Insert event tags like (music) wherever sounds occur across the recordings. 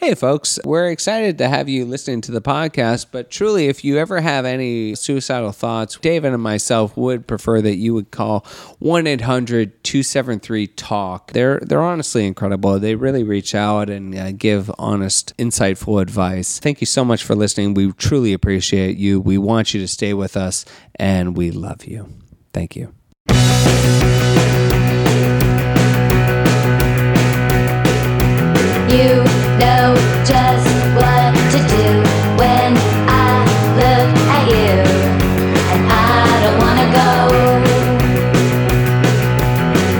Hey, folks, we're excited to have you listening to the podcast. But truly, if you ever have any suicidal thoughts, David and myself would prefer that you would call 1 800 273 TALK. They're, they're honestly incredible. They really reach out and uh, give honest, insightful advice. Thank you so much for listening. We truly appreciate you. We want you to stay with us, and we love you. Thank you. You know just what to do when I look at you, and I don't wanna go.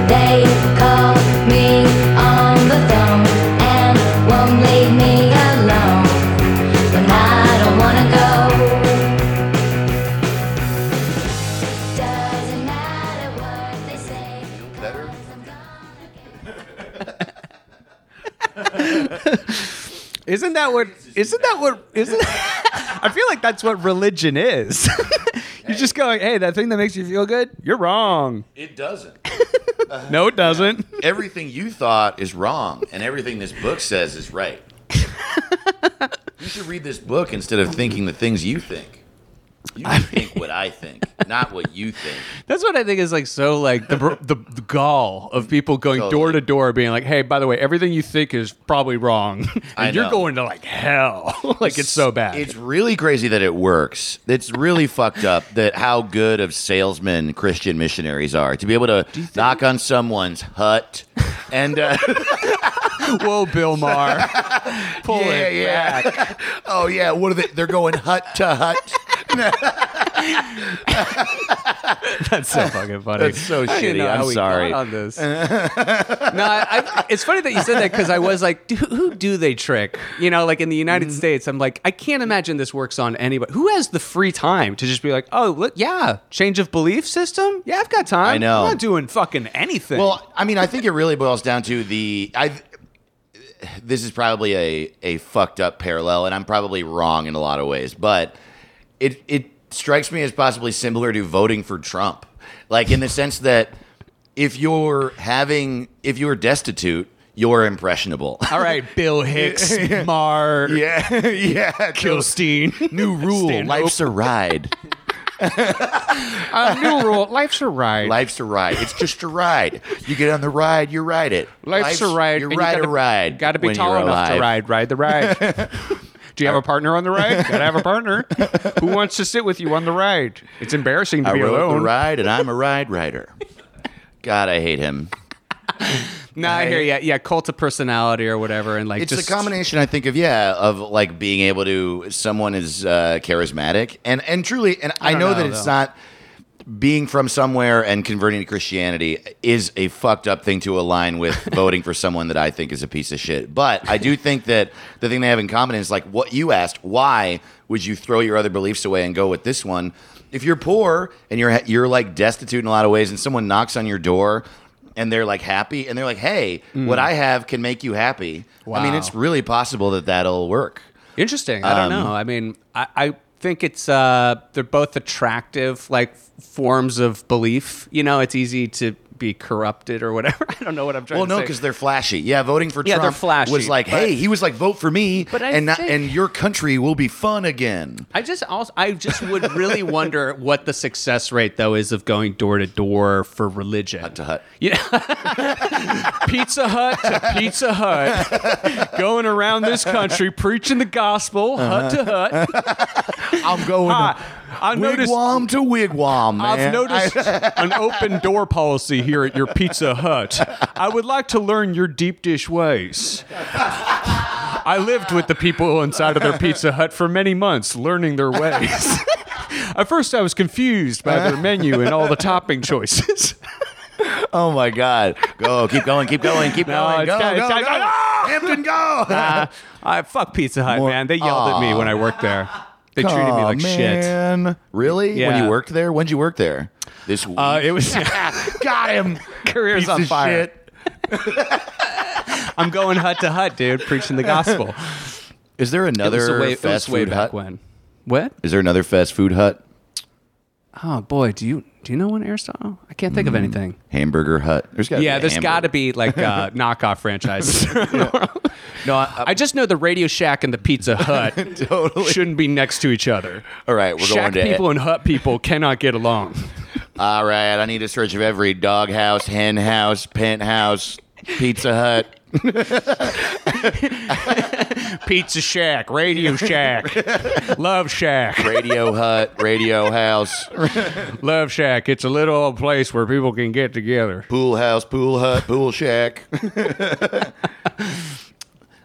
They call me on the phone and won't leave me alone when I don't wanna go. Doesn't matter what they say. Better? Isn't that what? Isn't that what? Isn't? I feel like that's what religion is. (laughs) You're just going, hey, that thing that makes you feel good, you're wrong. It doesn't. No, it doesn't. (laughs) everything you thought is wrong, and everything this book says is (laughs) right. you should read this book instead of thinking the things you think. You should think what I think, not what you (laughs) think. That's what I think is like so like the the, the gall of people going Totally. door to door, being like, hey, by the way, everything you think is probably wrong, (laughs) and I you're know. going to like hell. (laughs) like it's so bad. It's really crazy that it works. It's really fucked up that how good of salesmen Christian missionaries are to be able to knock on someone's hut and (laughs) uh, (laughs) Whoa, Bill (laughs) Maher, pull yeah, it. yeah. oh yeah, what are they? They're going hut to hut. That's (laughs) so fucking funny. That's so I shitty. didn't know how I'm we sorry. got on this. (laughs) no, I, I, it's funny that you said that because I was like, "Do- who do they trick? You know, like in the United States, I'm like, I can't imagine this works on anybody. Who has the free time to just be like, oh, look, yeah, change of belief system? Yeah, I've got time. I know. I'm not doing fucking anything. Well, I mean, I think it really boils down to the I. This is probably a a fucked up parallel, and I'm probably wrong in a lot of ways, but it it strikes me as possibly similar to voting for Trump, like in the sense that if you're having if you're destitute, you're (laughs) impressionable. all right, (laughs) Bill Hicks, Mar, Yeah, yeah. Kilstein. New rule: Stand life's a ride. Uh, new rule: life's (laughs) a ride. Life's a ride. It's just a ride. You get on the ride, you ride it. Life's, a ride. You and ride gotta, a ride. Got to be when tall you're enough to alive. ride. Ride the ride. (laughs) Do you have a partner on the ride? Gotta have a partner. Who wants to sit with you on the ride? It's embarrassing to I be rode the alone. ride, and I'm a ride rider. God, I hate him. No, I hear you. Yeah, cult of personality or whatever, and like It's just a combination, I think, of yeah, of like being able to someone is uh, charismatic, and and truly, and I, don't know, know, that it's though. not being from somewhere and converting to Christianity is a fucked up thing to align with voting for someone that I think is a piece of shit. But I do think that the thing they have in common is like what you asked: why would you throw your other beliefs away and go with this one? If you're poor and you're you're like destitute in a lot of ways, and someone knocks on your door. And they're like happy, and they're like, "Hey, what I have can make you happy." I mean, Wow. it's really possible that that'll work. interesting. I don't Um, know. I mean, I, I think it's uh, they're both attractive like f- forms of belief. You know, it's easy to be corrupted or whatever. (laughs) I don't know what I'm trying Well, to no, say. because they're flashy. Yeah, voting for Yeah, Trump they're flashy, was like, but- hey, he was like, vote for me, But I and not, think- and your country will be fun again. I just also I just would really wonder what the success rate though is of going door to door for religion. Hut to hut. Yeah. (laughs) Pizza Hut to Pizza Hut. Going around this country preaching the gospel, hut to hut. Uh-huh. (laughs) I'm going Ah, I noticed wigwam to wigwam, man. I've noticed (laughs) an open door policy here at your Pizza Hut. I would like to learn your deep dish ways. I lived with the people inside of their Pizza Hut for many months, learning their ways. (laughs) At first, I was confused by their menu and all the topping choices. I- oh my god, go, keep going, keep going, keep No, going, it's go, got- go, it's got- go. Ah! Hampton, go. Uh, I fuck Pizza Hut, More- man. They yelled at me when I worked there. They (laughs) treated me (laughs) Aw, like shit. man. Really? When Yeah. you worked there? When'd you work there? This week. Uh, it was (laughs) got him. (laughs) careers Piece on of fire. shit. (laughs) I'm going hut to hut, dude, preaching the gospel. Is there another it was way, it fast was way food back hut? when. What? Is there another fast food hut? Oh boy, do you do you know when Aristotle? I can't Hmm. think of anything. Hamburger hut. There's got Yeah, there's (laughs) there's got to be like uh, knockoff franchises. No, I- I just know the Radio Shack and the (laughs) Pizza Hut Totally. shouldn't be next to each other. All right, we're Shack going to people and hut people cannot get (laughs) along. All right, I need a search of every dog house, hen house, penthouse, Pizza Hut. Pizza Shack, Radio Shack, Love Shack, Radio Hut, Radio House, Love Shack. It's a little old place where people can get together. Pool House, Pool Hut, Pool Shack. (laughs) um,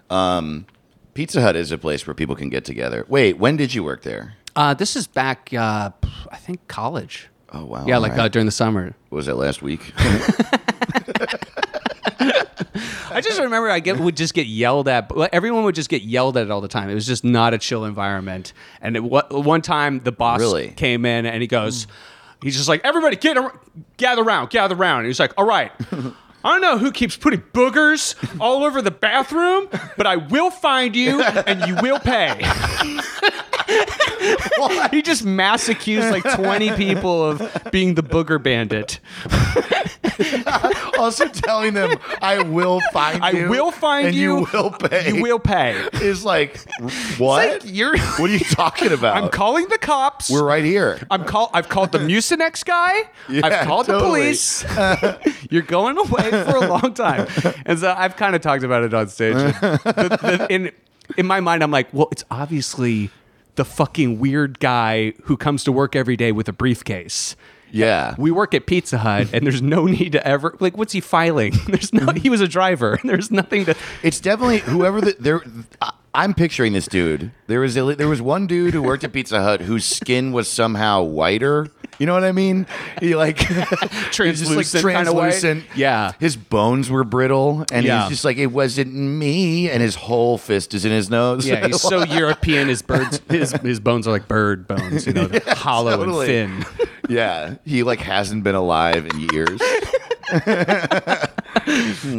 Pizza Hut is a place where people can get together. Wait, when did you work there? Uh, this is back, uh, I think, college. Oh wow! yeah, all like right. uh, during the summer. was that last week? I just remember I get would just get yelled at. but Everyone would just get yelled at all the time. It was just not a chill environment. And it, wa- one time the boss Really? came in and he goes, he's just like, everybody get ar- gather around, gather around. And he's like, all (laughs) right. I don't know who keeps putting boogers all over the bathroom, but I will find you and you (laughs) will pay. he just mass accused like 20 people of being the booger (laughs) bandit. (laughs) also telling them I will find I will find and you. will pay. You will pay. is like what? you're- what are you talking about? (laughs) I'm calling the cops. We're right here. I'm call. I've called the Mucinex guy. Yeah, I've called totally. the police. (laughs) You're going away for a long time, and so I've kind of talked about it on (laughs) stage. The- the- in in my mind, I'm like, well, it's obviously the fucking weird guy who comes to work every day with a briefcase. Yeah. We work at Pizza Hut, and there's no need to ever like. What's he filing? (laughs) There's no. He was a driver. (laughs) There's nothing to. It's definitely whoever the, there. I, I'm picturing this dude. There was a, there was one dude who worked at Pizza Hut whose skin was somehow whiter. You know what I mean? He like (laughs) he was just, Translucent kinda white? Yeah. His bones were brittle, and he Yeah. was just like, "It wasn't me." And his whole fist is in his nose. (laughs) Yeah, he's so European. His birds, his his bones are like bird bones, you know, they're hollow totally. and thin. (laughs) yeah. He like hasn't been alive in (laughs) years.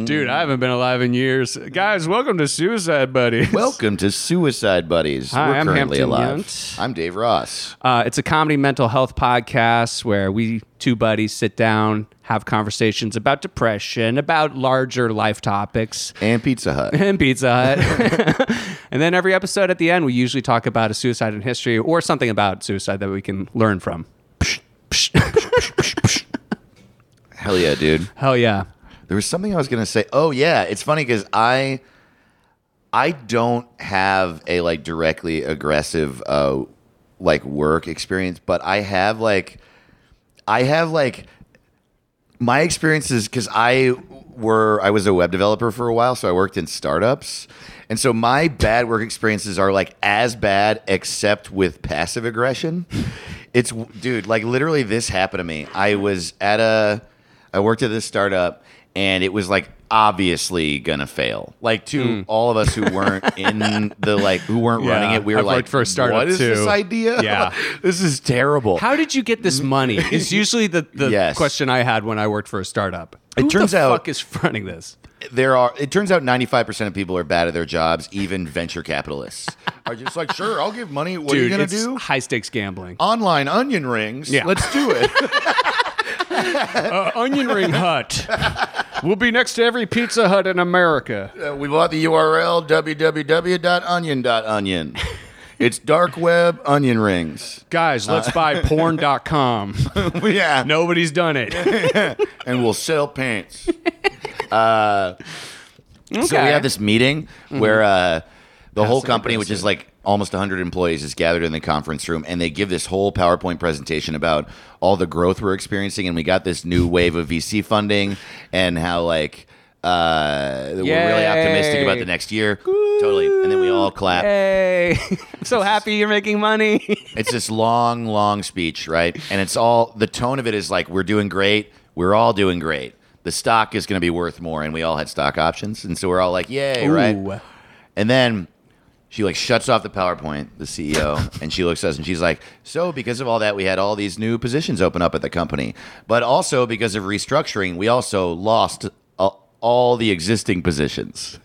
Dude, I haven't been alive in years. Guys, welcome to Suicide Buddy. Welcome to Suicide Buddies. Hi, We're I'm currently Hampton alive. Yount. I'm Dave Ross. (laughs) Uh, it's a comedy mental health podcast where we two buddies sit down, have conversations about depression, about larger life topics, And Pizza Hut. and Pizza Hut. (laughs) and then every episode at the end, we usually talk about a suicide in history or something about suicide that we can learn from. Hell yeah, dude. Hell yeah. There was something I was gonna say. Oh yeah, it's funny because I, I don't have a like directly aggressive, uh, like work experience, but I have like, I have like, my experiences because I were I was a web developer for a while, so I worked in startups, and so my bad work experiences are like as bad, except with passive aggression. It's dude, like literally, this happened to me. I was at a I worked at this startup and it was like obviously gonna fail. Like to all of us who weren't in the like who weren't Mm. Yeah, running it, we were I've like, worked for a startup "What is this too." idea? Yeah. (laughs) this is terrible." How did you get this (laughs) money? Is Mm-hmm. usually the, the Yes. question I had when I worked for a startup. It Who turns the out- fuck is fronting this? there are. It turns out ninety five percent of people are bad at their jobs. Even venture (laughs) capitalists are just like, "Sure, I'll give money. What are you Dude, gonna it's do?" high stakes gambling. Online onion rings. Yeah. let's do (laughs) it. uh, onion ring (laughs) hut. We'll be next to every Pizza Hut in America. Uh, we bought the URL www.onion.onion. It's dark web onion rings. Guys, let's buy (laughs) porn.com. (laughs) yeah, Nobody's done it. and we'll sell pants. Uh, So we have this meeting where uh, the whole company, which is like almost 100 employees, is gathered in the conference room, and they give this whole PowerPoint presentation about all the growth we're experiencing, and we got this new wave of VC funding, and how like uh, we're really optimistic about Yay. the next year. Totally, and then we all clap. (laughs) Hey, I'm so happy you're making money. It's this long, long speech, right? And it's all the tone of it is like we're doing great, we're all doing great. The stock is going to be worth more, and we all had stock options, and so we're all like, "Yay!" Ooh. Right? And then she like shuts off the PowerPoint, the CEO, and she looks at us and she's like, "So because of all that, we had all these new positions open up at the company, but also because of restructuring, we also lost uh, all the existing positions."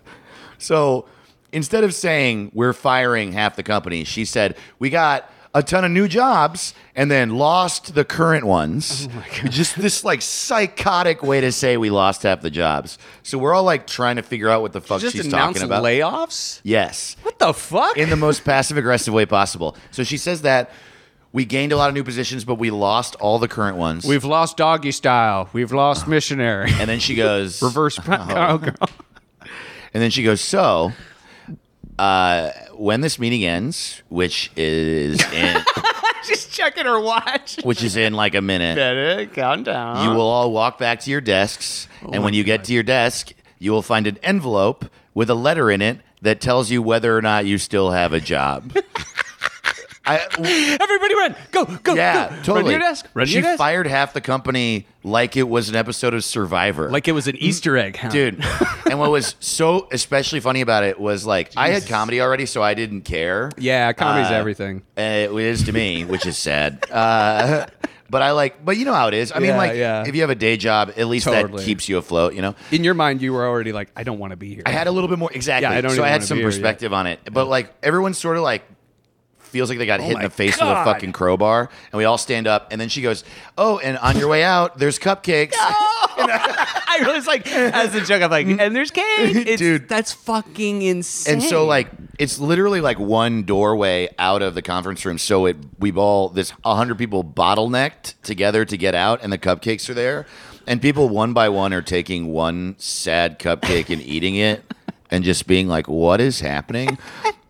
So instead of saying we're firing half the company, she said we got a ton of new jobs and then lost the current ones. Just this like psychotic way to say we lost half the jobs. So we're all like trying to figure out what the fuck Just she's announce talking about. layoffs? yes What the fuck? in the most passive aggressive way possible. So she says that we gained a lot of new positions, but we lost all the current ones. We've lost doggy style. We've lost (laughs) missionary. and then she goes Reverse. (laughs) Oh, girl. And then she goes, so. Uh, when this meeting ends, which is in, Just checking her watch. which is in like a minute, Better countdown. you will all walk back to your desks, and when you get to your desk, you will find an envelope with a letter in it that tells you whether or not you still have a job. I, Everybody run. Go, (laughs) go, yeah, go. totally. Run to your desk. Run to she your desk. fired half the company like it was an episode of Survivor. like it was an Easter egg, huh? (laughs) Mm, dude. and what was so especially funny about it was like I had comedy already, so I didn't care. Yeah, comedy's Uh, everything. Uh, It is to me, which is sad. (laughs) Uh, but I like, but you know how it is. I mean, Yeah, like, yeah. if you have a day job, at least Totally. that keeps you afloat. You know, In your mind, you were already like, I don't want to be here. I had a little bit more exactly. Yeah, I don't so even I had wanna some be here, yeah. Oh perspective on it. But like everyone sort of like feels like they got hit in my the face with a God. fucking crowbar, and we all stand up, and then she goes, "Oh, and on your way out, there's cupcakes." (laughs) I was like, as a joke, I'm like, and there's cake. (laughs) It's, Mm. Dude. That's fucking insane. And so like it's literally like one doorway out of the conference room. So it we've all this hundred people bottlenecked together to get out, and the cupcakes are there, and people one by one are taking one sad cupcake and eating it, and just being like, "What is happening?"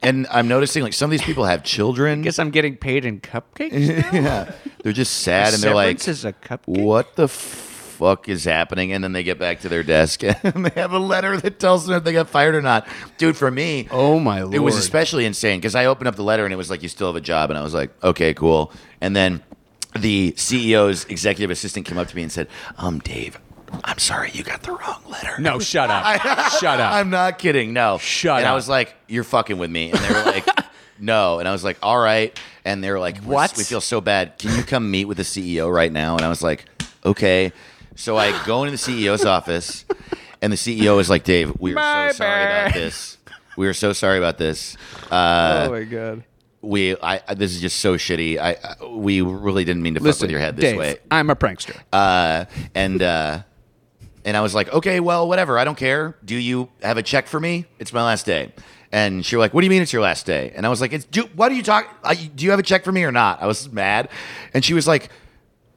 And I'm noticing like some of these people have children. guess I'm getting paid in (laughs) cupcakes. They're just sad, and they're like, Severance is a cupcake. "What the." Fuck is happening, and then they get back to their desk (laughs) and they have a letter that tells them if they got fired or not. Dude, for me, oh my lord! it was especially insane because I opened up the letter and it was like, "You still have a job," and I was like, "Okay, cool." And then the CEO's executive assistant came up to me and said, "Um, Dave, I'm sorry, you got the wrong letter." no, shut up, (laughs) shut up. I'm not kidding. No, Shut And I up. was like, "You're fucking with me," and they were (laughs) like, "No," and I was like, "All right," and they were like, "We're- What? We feel so bad. Can you come meet with the CEO right now?" And I was like, "Okay." So I go into the CEO's office, and the CEO is like, "Dave, we are so sorry about this." We are so sorry about this. Uh, oh my god! we I I- this is just so shitty. I, I we really didn't mean to fuck with your head this Dave, way. I'm a prankster. Uh, and uh, and I was like, okay, well, whatever. I don't care. Do you have a check for me? It's my last day. And she was like, "What do you mean it's your last day?" And I was like, "It's do. What are you talking? Do you have a check for me or not?" I was mad, and she was like,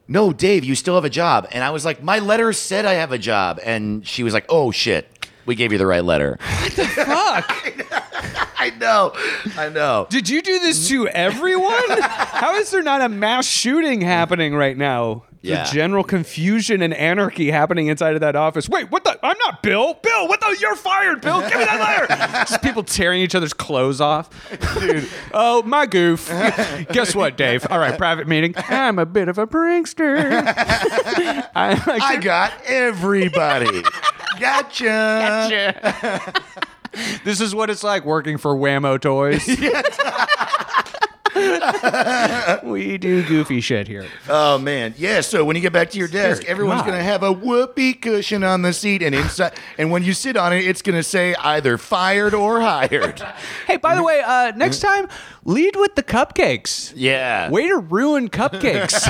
"No, Dave, you still have a job." And I was like, "My letter said I have a job." And she was like, "Oh shit, we gave you the right letter." What the fuck? (laughs) I know, I know. Did you do this to everyone? How is there not a mass shooting happening right now? Yeah. The general confusion and anarchy happening inside of that office. Wait, what the? I'm not Bill. Bill, what the? You're fired, Bill. Give me that letter. Just people tearing each other's clothes off. Dude. oh, my goof. Guess what, Dave? All right, private meeting. I'm a bit of a prankster. I'm like, I got (laughs) everybody. gotcha. this is what it's like working for Whammo Toys. we do goofy shit here. Oh man, yeah. So when you get back to your desk, everyone's God. gonna have a whoopee cushion on the seat, and inside, and when you sit on it, it's gonna say either fired or hired. Hey, by the way, uh, next time lead with the cupcakes. Mm-hmm. yeah. Way to ruin cupcakes.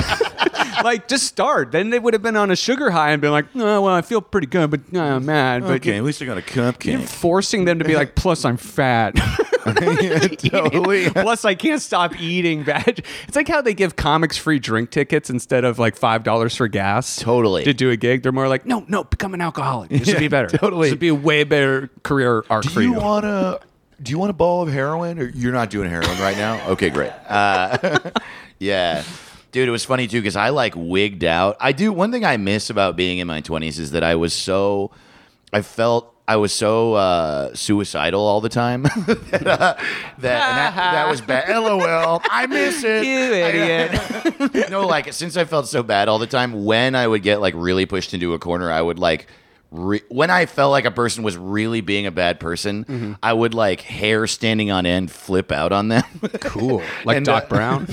(laughs) like just start. Then they would have been on a sugar high and been like, "Oh, well, I feel pretty good, but uh, I'm mad." But at least I got a you're cupcake. forcing them to be like, "Plus, (laughs) I'm fat." (laughs) totally. Plus, I can't stop eating bad. It's like how they give comics free drink tickets instead of like five dollars for gas. Totally. To do a gig, they're more like, "No, no, become an alcoholic. This would be better. totally. This would be a way better career arc for Do you (laughs) want to? Do you want a ball of heroin? Or you're not doing heroin right now? Okay, great. Uh, (laughs) yeah. Dude, it was funny too because I like wigged out. I do one thing I miss about being in my 20s is that I was so, I felt I was so uh, suicidal all the time. (laughs) that, uh, that, and that that was bad. LOL. I miss it. You idiot. no, like since I felt so bad all the time, when I would get like really pushed into a corner, I would like re- when I felt like a person was really being a bad person, I would like hair standing on end flip out on them. Cool. Like And, Doc uh, Brown.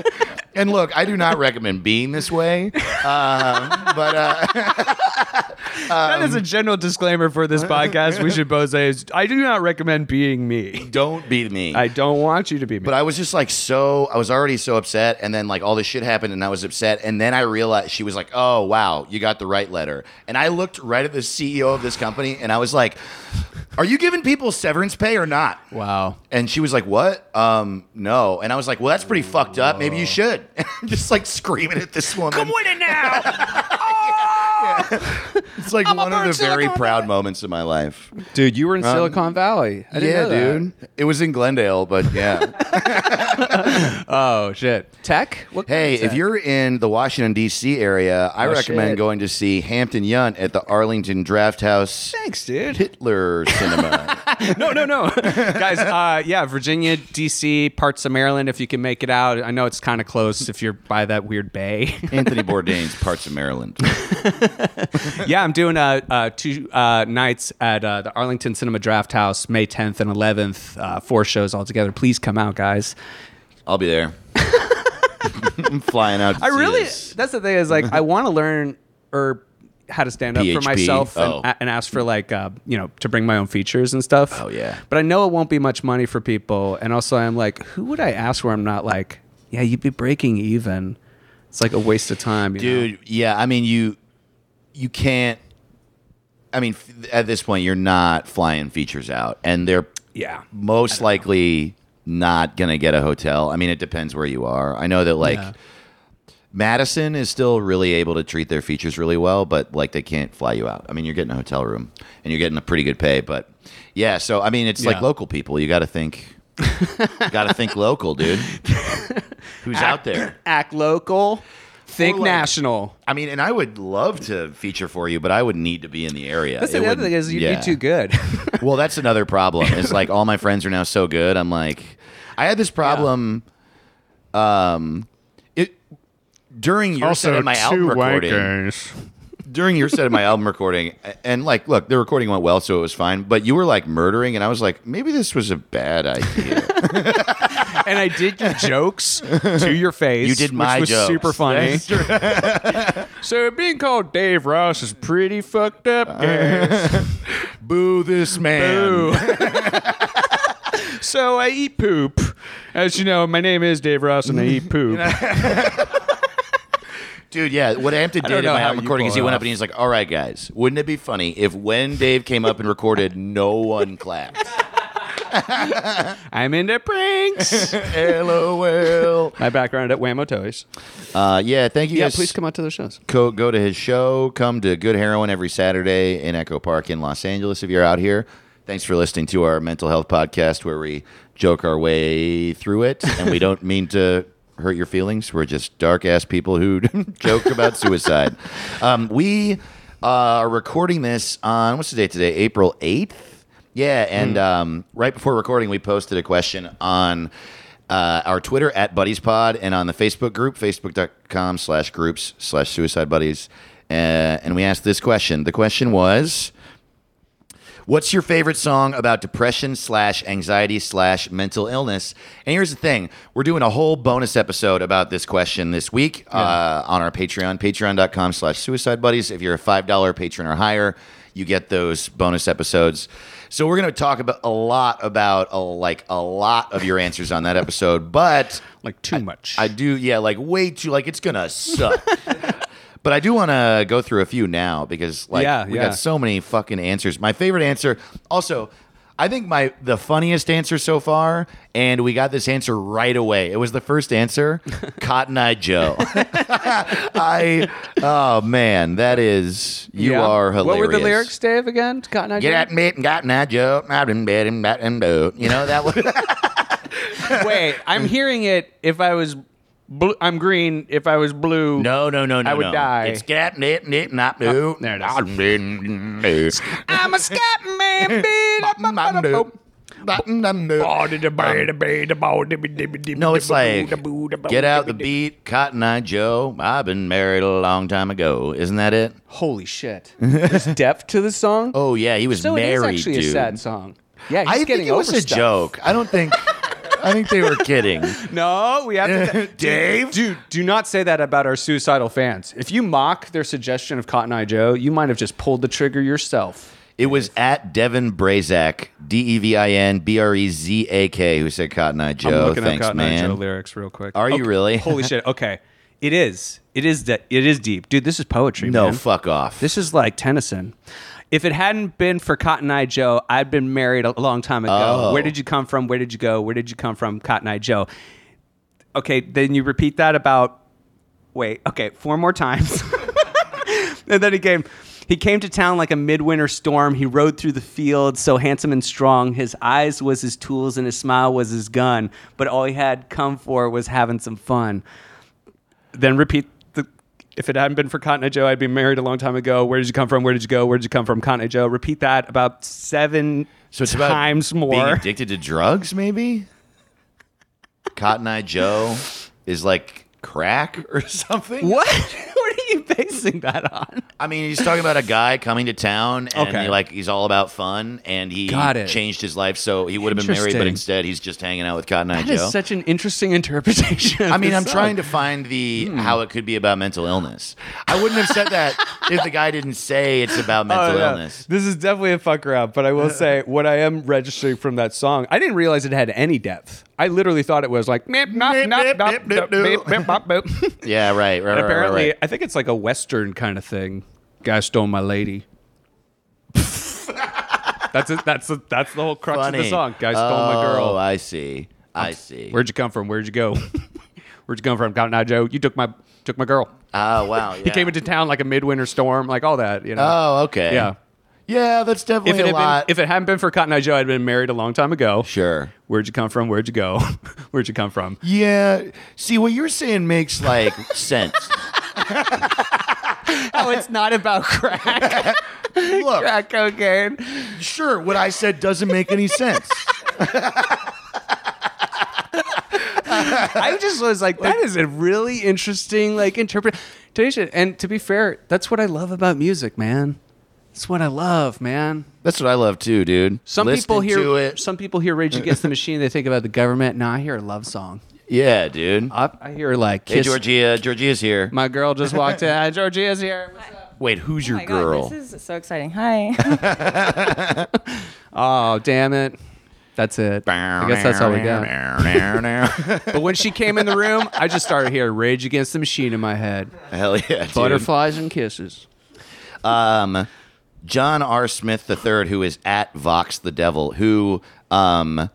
(laughs) and look, I do not recommend being this way, um, but uh, (laughs) that Um, is a general disclaimer (laughs) for this podcast. We should both say is I do not recommend being me. (laughs) don't be me. I don't want you to be me. But I was just like so I was already so upset and then like all this shit happened and I was upset and then I realized she was like, "Oh, wow, you got the right letter." And I looked right at the CEO of this company and I was like, "Are you giving people severance pay or not?" wow. And she was like, "What? Um, no." And I was like, "Well, that's pretty fucked up. Maybe you should." (laughs) just like screaming at this woman. Come Win (laughs) it now. It's like one of the very proud moments of my life. uh, Dude, you were in Um, Silicon Valley. I didn't Yeah, know that. dude. It was in Glendale, but yeah. oh shit. Tech? What kind of Hey, if tech? you're in the Washington D.C. area, I recommend shit. going to see Hampton Yunt at the Arlington Draft House Thanks, dude. Hitler Cinema. no, (laughs) no, no. Guys, uh, yeah, Virginia, D.C., parts of Maryland, if you can make it out. I know it's kind of close if you're by that (laughs) weird bay. (laughs) Anthony Bourdain's Parts of Maryland. yeah, I'm doing uh, uh, two uh, nights at uh, the Arlington Cinema Draft House, May 10th and 11th. Uh, four shows altogether. Please come out, guys. I'll be (laughs) there. I'm flying out. To I see really, this. that's the thing is like, (laughs) I want to learn or how to stand up for PHP? myself Oh. and, and ask for like, uh, you know, to bring my own features and stuff. Oh, yeah. But I know it won't be much money for people. And also I'm like, who would I ask where I'm not like, yeah, you'd be breaking even. It's like a waste of time. You know? dude. Yeah, I mean you, you can't. I mean, f- at this point, you're not flying features out, and they're Yeah. most likely not gonna get a hotel. I mean, it depends where you are. I know that like Yeah. Madison is still really able to treat their features really well, but like they can't fly you out. I mean, you're getting a hotel room and you're getting a pretty good pay, but yeah. So I mean, it's Yeah. like local people. You got to think, got to (laughs) think local, dude. Who's out (coughs) there? Act local, think Or, like- national. I mean, and I would love to feature for you, but I would need to be in the area. That's It the other wouldn't- thing is you'd yeah. be (laughs) too good. Well, that's another problem. Is like all my friends are now so good. I'm like, I had this problem. Um, it during your set of my album recording. During your set of my album recording, a- and like, look, the recording went well, so it was fine. But you were like murdering, and I was like, maybe this was a bad idea. and I did your jokes to your face. You did my which was jokes. super funny. (laughs) So being called Dave Ross is pretty fucked up, guys. (laughs) Boo this man. (laughs) so I eat poop. As you know, my name is Dave Ross and I eat (laughs) poop. (laughs) Dude, yeah. What Hampton did in know my how album you recording is pull he it went off. up and he's like, "All right, guys, wouldn't it be funny if when Dave came up and recorded, no one (laughs) clapped?" I'm into (laughs) pranks. LOL. my background at Whammo Toys. Uh, yeah, thank you. Yeah, guys. please come out to the shows. Co- go to his show. Come to Good Heroin every Saturday in Echo Park in Los Angeles if you're out here. Thanks for listening to our mental health podcast where we joke our way through it and we don't mean to hurt your feelings. We're just dark ass people who (laughs) joke about suicide. Um, we uh, are recording this on what's the date today? April 8th. Yeah, and um, right before recording, we posted a question on uh, our Twitter at Buddies Pod and on the Facebook group, facebook.com slash groups slash suicide buddies. Uh, and we asked this question. The question was What's your favorite song about depression slash anxiety slash mental illness? And here's the thing we're doing a whole bonus episode about this question this week uh, on our Patreon, patreon.com slash suicide buddies. If you're a $5 patron or higher, you get those bonus episodes. So we're going to talk about a lot about a, like a lot of your answers on that episode, but Like too much. I do, yeah, like way too, like it's gonna (laughs) suck. but I do want to go through a few now because, like, Yeah, we yeah. got so many fucking answers. My favorite answer, also, I think my the funniest answer so far, and we got this answer right away. It was the first answer, (laughs) Cotton Eye Joe. (laughs) I, oh man, that is you Yeah. are hilarious. What were the lyrics, Dave? Again, Cotton Eye Get Joe? at me, Cotton Eye Joe, out in bed and bat and boat. You know that one. Wait, (laughs) I'm hearing it. If I was, blue, I'm green. If I was blue, No, no, no, no. I would no. die. It's got nip, nip, not boo. there it is. Ah, nip, nip, nip. (laughs) I'm a scat man. Bop, bop, bop, bop. No, it's like get out the beat, Cotton Eye Joe. I've been married a long time ago. Isn't that it? Holy (laughs) shit. There's depth to the song. Oh yeah, he was so it is married, actually dude. a sad song. Yeah, he's I getting think it was over a stuff. joke. I (laughs) don't think. I think they were kidding. (laughs) No, we (laughs) have to. Dave? Dude, do not say that about our suicidal fans. If you mock their suggestion of Cotton Eye Joe, you might have just pulled the trigger yourself. It was at Devin Brazak, D E V I N B R E Z A K, who said Cotton Eye Joe. Thanks, Cotton Eye man. Joe lyrics real quick. Are you Okay, really? (laughs) Holy shit. Okay. It is. It is de- it is deep. Dude, this is poetry, no, man. fuck off. This is like Tennyson. If it hadn't been for Cotton Eye Joe, I'd been married a long time ago. Oh. Where did you come from? Where did you go? Where did you come from, Cotton Eye Joe? Okay, then you repeat that about wait, okay, four more times. (laughs) and then he came he came to town like a midwinter storm. He rode through the fields so handsome and strong. His eyes was his tools and his smile was his gun. But all he had come for was having some fun. Then repeat the if it hadn't been for Cotton Eye Joe, I'd be married a long time ago. Where did you come from? Where did you go? Where did you come from? Cotton Eye Joe. Repeat that about seven so it's about times being more. addicted to drugs, maybe. Cotton Eye Joe is like crack or (laughs) something. What? (laughs) what are you basing that on? I mean, he's talking about a guy coming to town, and Okay. he, like he's all about fun, and he Got it. changed his life. So he would have been married, but Interesting. instead he's just hanging out with Cotton Eye That Joe. is such an interesting interpretation. of I mean, this I'm song. trying to find the Hmm. how it could be about mental illness. I wouldn't have said (laughs) that if the guy didn't say it's about mental Oh, yeah. illness. This is definitely a fuck around, but (laughs) I will say what I am registering from that song, I didn't realize it had any depth. I literally thought it was like meep, nop, Meep, nop, meep, nop, meep, nop, meep, meep, meep, bop, boop. Yeah, right, right, right, (laughs) And right, apparently, right. I think it's like a Western kind of thing. Guy stole (laughs) my lady. that's it. That's a, that's the whole crux of Funny. the song. Guy stole my Oh, girl. I see. I see. Whered you come from? Where'd you go? (laughs) Where'd you come from? Cotton Eye Joe. You took my took my girl. oh, wow. Yeah. (laughs) He came into town like a midwinter storm, like all that. You know. Oh, okay. Yeah. Yeah, that's if definitely it, a had been, lot. if it hadn't been for Cotton Eye Joe, I'd been married a long time ago. sure. Where'd you come from? Where'd you go? (laughs) Where'd you come (laughs) from? Yeah. See, what you're saying makes (laughs) like sense. Oh, it's not about crack, Look, crack cocaine. sure, what I said doesn't make any sense. I just was like, that is a really interesting like interpretation. And to be fair, that's what I love about music, man. That's what I love, man. That's what I love too, dude. Some Listen people hear to it. some people hear Rage Against the Machine, they think about the government. Now I hear a love song. Yeah, dude. I, I hear like Hey, kiss. Georgia. Georgia's here. My girl just walked in. Hi, Georgia's here. Wait, who's Oh your my God, girl? (laughs) this is so exciting. Hi. (laughs) Oh, damn it. That's it. I guess that's all we got. (laughs) got. But when she came in the room, I just started hearing Rage Against the Machine in my head. Hell yeah, dude. Butterflies and kisses. Um, John R. Smith III, who is at Vox the Devil, who um,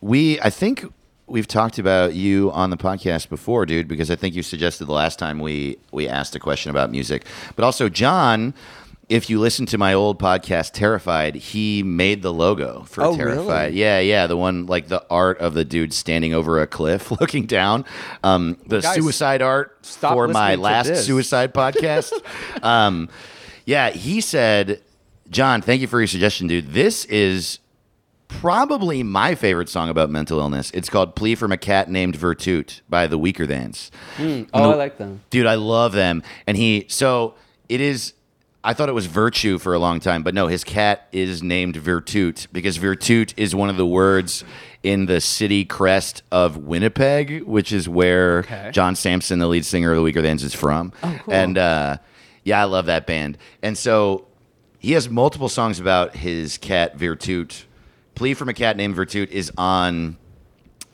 we I think we've talked about you on the podcast before, dude, because I think you suggested the last time we we asked a question about music. But also, John, if you listen to my old podcast, Terrified, he made the logo for Oh, Terrified. really? Yeah, yeah, the one like the art of the dude standing over a cliff (laughs) looking down. Um, the Guys, suicide art stop for my listening to last this. suicide suicide podcast. (laughs) um, yeah, he said, John, thank you for your suggestion, dude. This is probably my favorite song about mental illness. It's called Plea from a Cat Named Virtute by the Weaker Thans. Oh, I like them. Dude, I love them. And he, so it is. I thought it was virtue for a long time, but no, his cat is named Virtute because Virtute is one of the words in the city crest of Winnipeg, which is where John Sampson, the lead singer of the Weaker Thans, is from. Oh, cool. And uh, yeah, I love that band. And so he has multiple songs about his cat Virtute. Plea from a cat named Virtute is on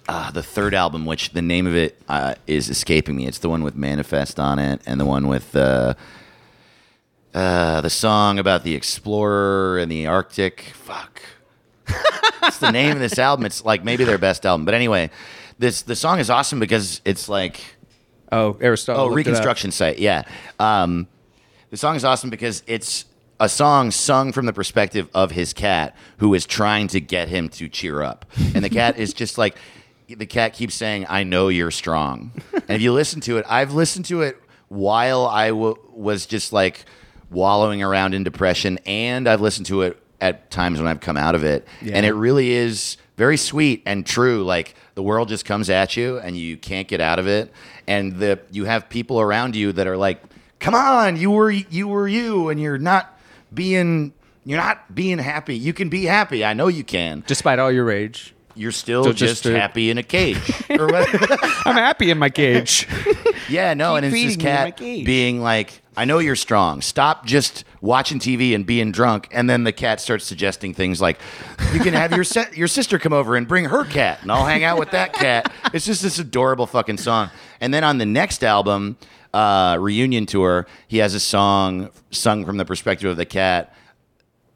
uh, the third album, which the name of it uh, is escaping me. It's the one with Manifest on it, and the one with uh, uh, the song about the explorer and the Arctic. Fuck, (laughs) it's the name of this album. It's like maybe their best album, but anyway, this the song is awesome because it's like Oh, Aristotle. Oh, looked it up. reconstruction site. Yeah. Um, the song is awesome because it's a song sung from the perspective of his cat who is trying to get him to cheer up. And the cat is just like, the cat keeps saying, I know you're strong. And if you listen to it, I've listened to it while I w- was just like wallowing around in depression. And I've listened to it at times when I've come out of it, and it really is very sweet and true. Like the world just comes at you, and you can't get out of it, and the you have people around you that are like, "Come on, you were you were you, and you're not being." You're not being happy. You can be happy. I know you can. Despite all your rage, You're still So just, just to- happy in a cage. or whatever. I'm happy in (laughs) my cage. Yeah, no, and it's feeding just me my cat cage. being like, I know you're strong. Stop just watching TV and being drunk. And then the cat starts suggesting things like, you can have your se- (laughs) your sister come over and bring her cat, and I'll hang out with that cat. It's just this adorable fucking song. And then on the next album, uh, reunion tour, he has a song sung from the perspective of the cat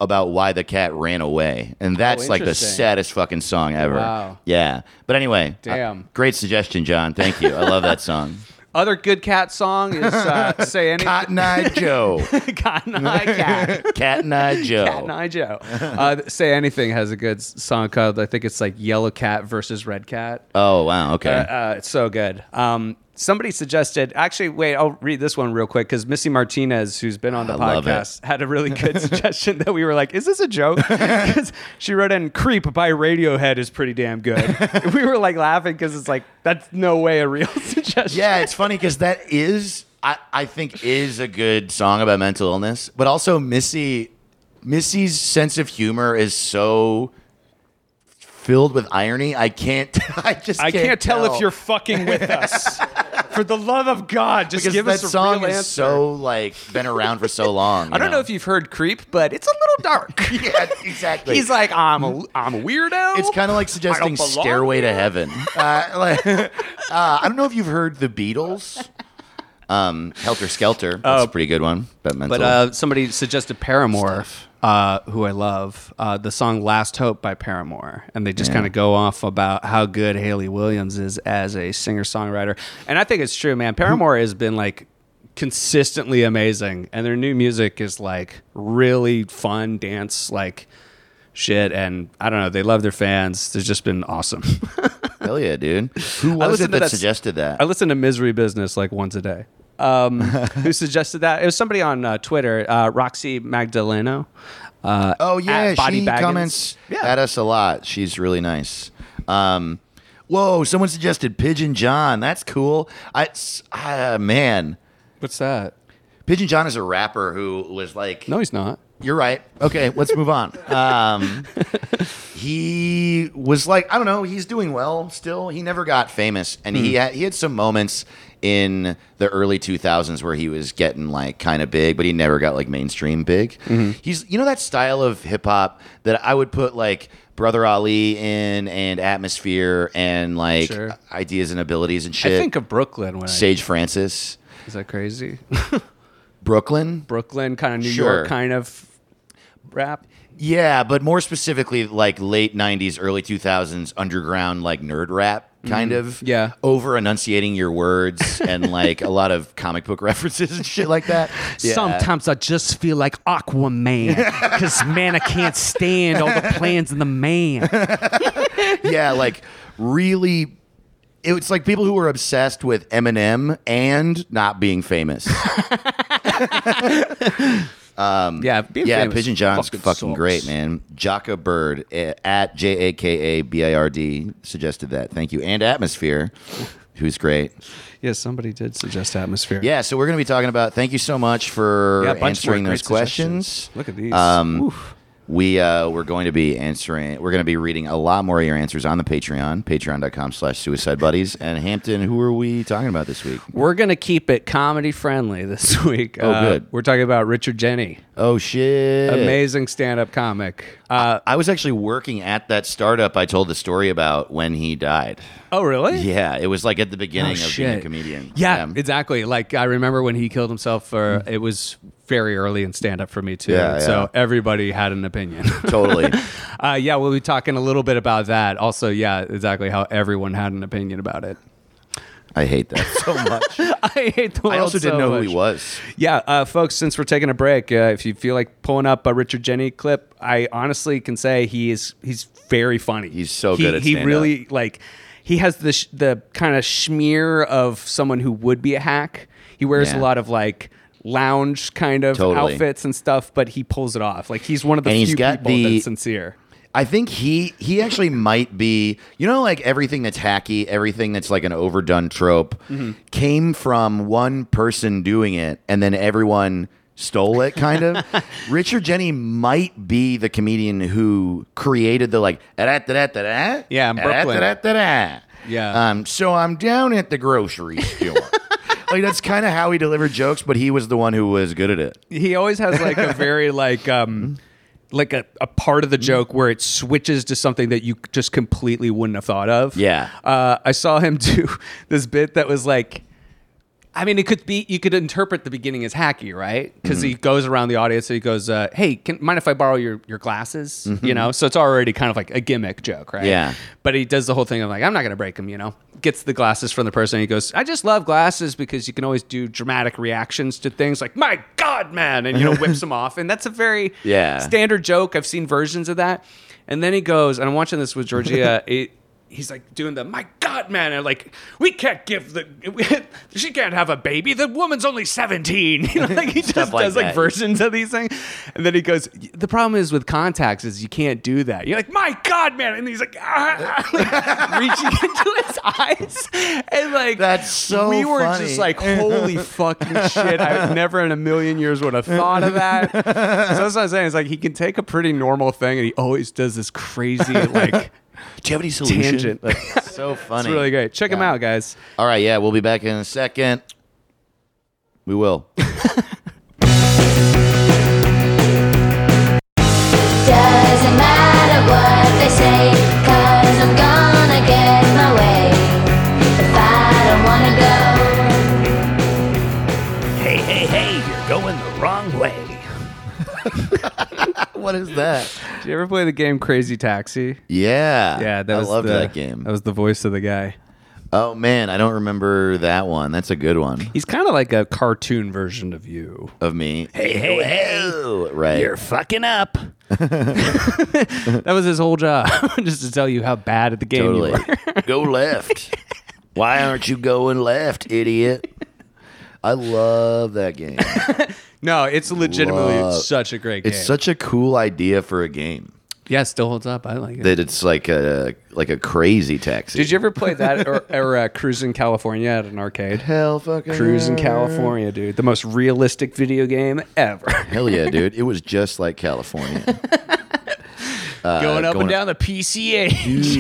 about why the cat ran away, and Oh, that's like the interesting. saddest fucking song ever. Wow. Yeah. But anyway, uh, Damn. great suggestion, John. Thank you. I love that (laughs) song. Other good cat song is uh, say anything. Cotton Eye Joe. (laughs) Cotton Eye Cat. Cat and I Joe. Cat and I Joe. Uh, say anything has a good s- song called I think it's like Yellow Cat versus Red Cat. Oh wow. Okay. Uh, uh, it's so good. Um, somebody suggested, actually, wait, I'll read this one real quick because Missy Martinez, who's been on the I love it. podcast, had a really good (laughs) suggestion that we were like, is this (laughs) a joke? 'Cause she wrote in, Creep by Radiohead is pretty (laughs) damn good. we were like laughing because it's like, that's no way a real (laughs) suggestion. yeah, it's funny because that is I, I think is a good song about mental illness, but also Missy Missy's sense of humor is so filled with irony. I can't. (laughs) I just I can't, can't, tell, if you're (laughs) fucking with us. For the love of God, just because give that us a song real is answer. so like been around for so long. (laughs) I don't know. if you've heard Creep, but it's a (laughs) little dark. yeah, exactly. He's like, I'm a, I'm a weirdo. It's kind of like suggesting belong Stairway to (laughs) Heaven. Uh, like, uh, I don't know if you've heard the Beatles. Um, Helter Skelter. That's a pretty good one. But mental. Uh, But uh, somebody suggested Paramore, uh, who I love, uh, the song "Last Hope" by Paramore, and they just kind of go off about how good Haley Williams is as a singer-songwriter, and I think it's true, man. Paramore has been like consistently amazing, and their new music is like really fun dance like shit, and I don't know, they love their fans. They've just been awesome. (laughs) Hell yeah, dude. Who I was it listened to that that- suggested that? I listen to Misery Business like once a day. Um, who suggested that? It was somebody on uh, Twitter, uh, Roxy Magdaleno. Uh, oh yeah, at Body she Baggins. comments Yeah. at us a lot. She's really nice. Um, whoa, someone suggested Pigeon John. That's cool. I it's- ah, man, What's that? Pigeon John is a rapper who was like No, he's not. You're right. Okay, let's move on. Um, he was like, I don't know, he's doing well still. He never got famous, and Hmm. he had, he had some moments in the early 2000s where he was getting like kind of big, but he never got like mainstream big. Mm-hmm. He's you know that style of hip hop that I would put like Brother Ali in and Atmosphere and like Sure. ideas and abilities and I shit. think of Brooklyn when I. Sage Francis, Is that crazy? (laughs) Brooklyn. Brooklyn, kind of New Sure. York, kind of rap. Yeah, but more specifically, like late '90s, early 2000s underground, like nerd rap kind of. Mm-hmm. yeah. over enunciating your words and like a lot of comic book (laughs) references and shit like (laughs) that. Yeah. I just feel like (laughs) Aquaman, because man, I can't stand all the plans in the man. yeah, like really. It was like people who were obsessed with Eminem and not being (laughs) famous. (laughs) Yeah, being yeah, famous Pigeon John's fucking, sucks. great, man. Jaka Bird eh, at J A K A B I R D suggested that. Thank you. And Atmosphere, who's great. Yeah, somebody did suggest atmosphere. Yeah, so we're going to be talking about. Thank you so much for Yeah, a bunch more answering great those questions. suggestions. Look at these. Um, We uh, we're going to be answering. We're going to be reading a lot more of your answers on the Patreon, Patreon.com/slash Suicide Buddies. And Hampton, who are we talking about this week? We're gonna keep it comedy friendly (laughs) this week. Uh, Oh, good. We're talking about Richard Jenny, Oh shit! amazing stand-up comic. Uh, I was actually working at that startup I told the story about when he died. oh, really? Yeah, it was like at the beginning of being a Oh, shit. comedian. Mm. Yeah, exactly. Like I remember when he killed himself. For it was very early in stand-up for me too. Yeah, and so yeah. everybody had (laughs) an opinion. (laughs) totally. uh, yeah, we'll be talking a little bit about that. Also, yeah, exactly how everyone had an opinion about it. (laughs) I hate that so much. I hate the world. I also didn't so know much. who he was. Yeah, uh, folks, since we're taking a break, uh, if you feel like pulling up a Richard Jenny clip, I honestly can say he is he's very funny. He's so He- good at He stand-up. really like he has the sh- the kind of smear of someone who would be a hack. He wears Yeah. a lot of like lounge kind of Totally. outfits and stuff, but he pulls it off. Like he's one of the And few he's got people the- that's sincere. I think he he actually might be you know like everything that's hacky, everything that's like an overdone trope came from one person doing it and then everyone stole it kind of. Richard Jenny might be the comedian who created the like da da da da Yeah, in Brooklyn. Yeah. Um so I'm down at the grocery store. like that's kind of how he delivered jokes, but he was the one who was good at it. He always has like a very like um like a, a part of the joke where it switches to something that you just completely wouldn't have thought of. Yeah. Uh, I saw him (laughs) do this bit that was like I mean, it could be you could interpret the beginning as hacky, right? Because he goes around the audience and he goes, uh, "Hey, can mind if I borrow your your glasses?" You know, so it's already kind of like a gimmick joke, right? Yeah. But he does the whole thing of like, "I'm not going to break them," you know. Gets the glasses from the person. And he goes, "I just love glasses because you can always do dramatic reactions to things like my God, man," and you know, whips them off, and that's a very Yeah. standard joke. I've seen versions of that. And then he goes, and I'm watching this (laughs) with Georgia. it, he's like doing the my God, man, and like we can't give the (laughs) she can't have a baby. The woman's only 17. (laughs) You know, like he just like does like that. versions of these things. And then he goes, the problem is with contacts is you can't do that. You're like my God, man, and he's like, (laughs) ah, ah," like, reaching into his eyes, and like That's so We were funny. just (laughs) like, holy fucking shit! I never in a million years would have thought of that. So that's what I'm saying. It's like he can take a pretty normal thing, and he always does (laughs) this crazy like. Do you have any solution? Tangent. Like, so funny. It's really great. Check him out, guys. All right, yeah, we'll be back in a second. We will. Doesn't matter what they say, cause I'm gonna get my way. If I don't wanna go, Hey, hey, hey, you're going the wrong way. what is that? Did you ever play the game Crazy Taxi? Yeah. Yeah, that I was loved the, that game. That was the voice of the guy. oh man, I don't remember that one. That's a good one He's kind of like a cartoon version of you. of me. Hey, hey, hey, Oh, right. you're fucking up. That was his whole job, (laughs) just to tell you how bad at the game totally. you (laughs) were. Go left. Why aren't you going left, idiot? I love that (laughs) game. No, it's legitimately Love- such a great game. It's such a cool idea for a game yeah, it still holds up. I like it. that it's like a like a crazy taxi. Did you ever play that (laughs) or, or uh, Cruise in California at an arcade? hell fucking Cruise in yeah. California, dude. The most realistic video game ever. Hell yeah, dude! It was just like California. Uh, (laughs) going up going- and down the (laughs) PCA.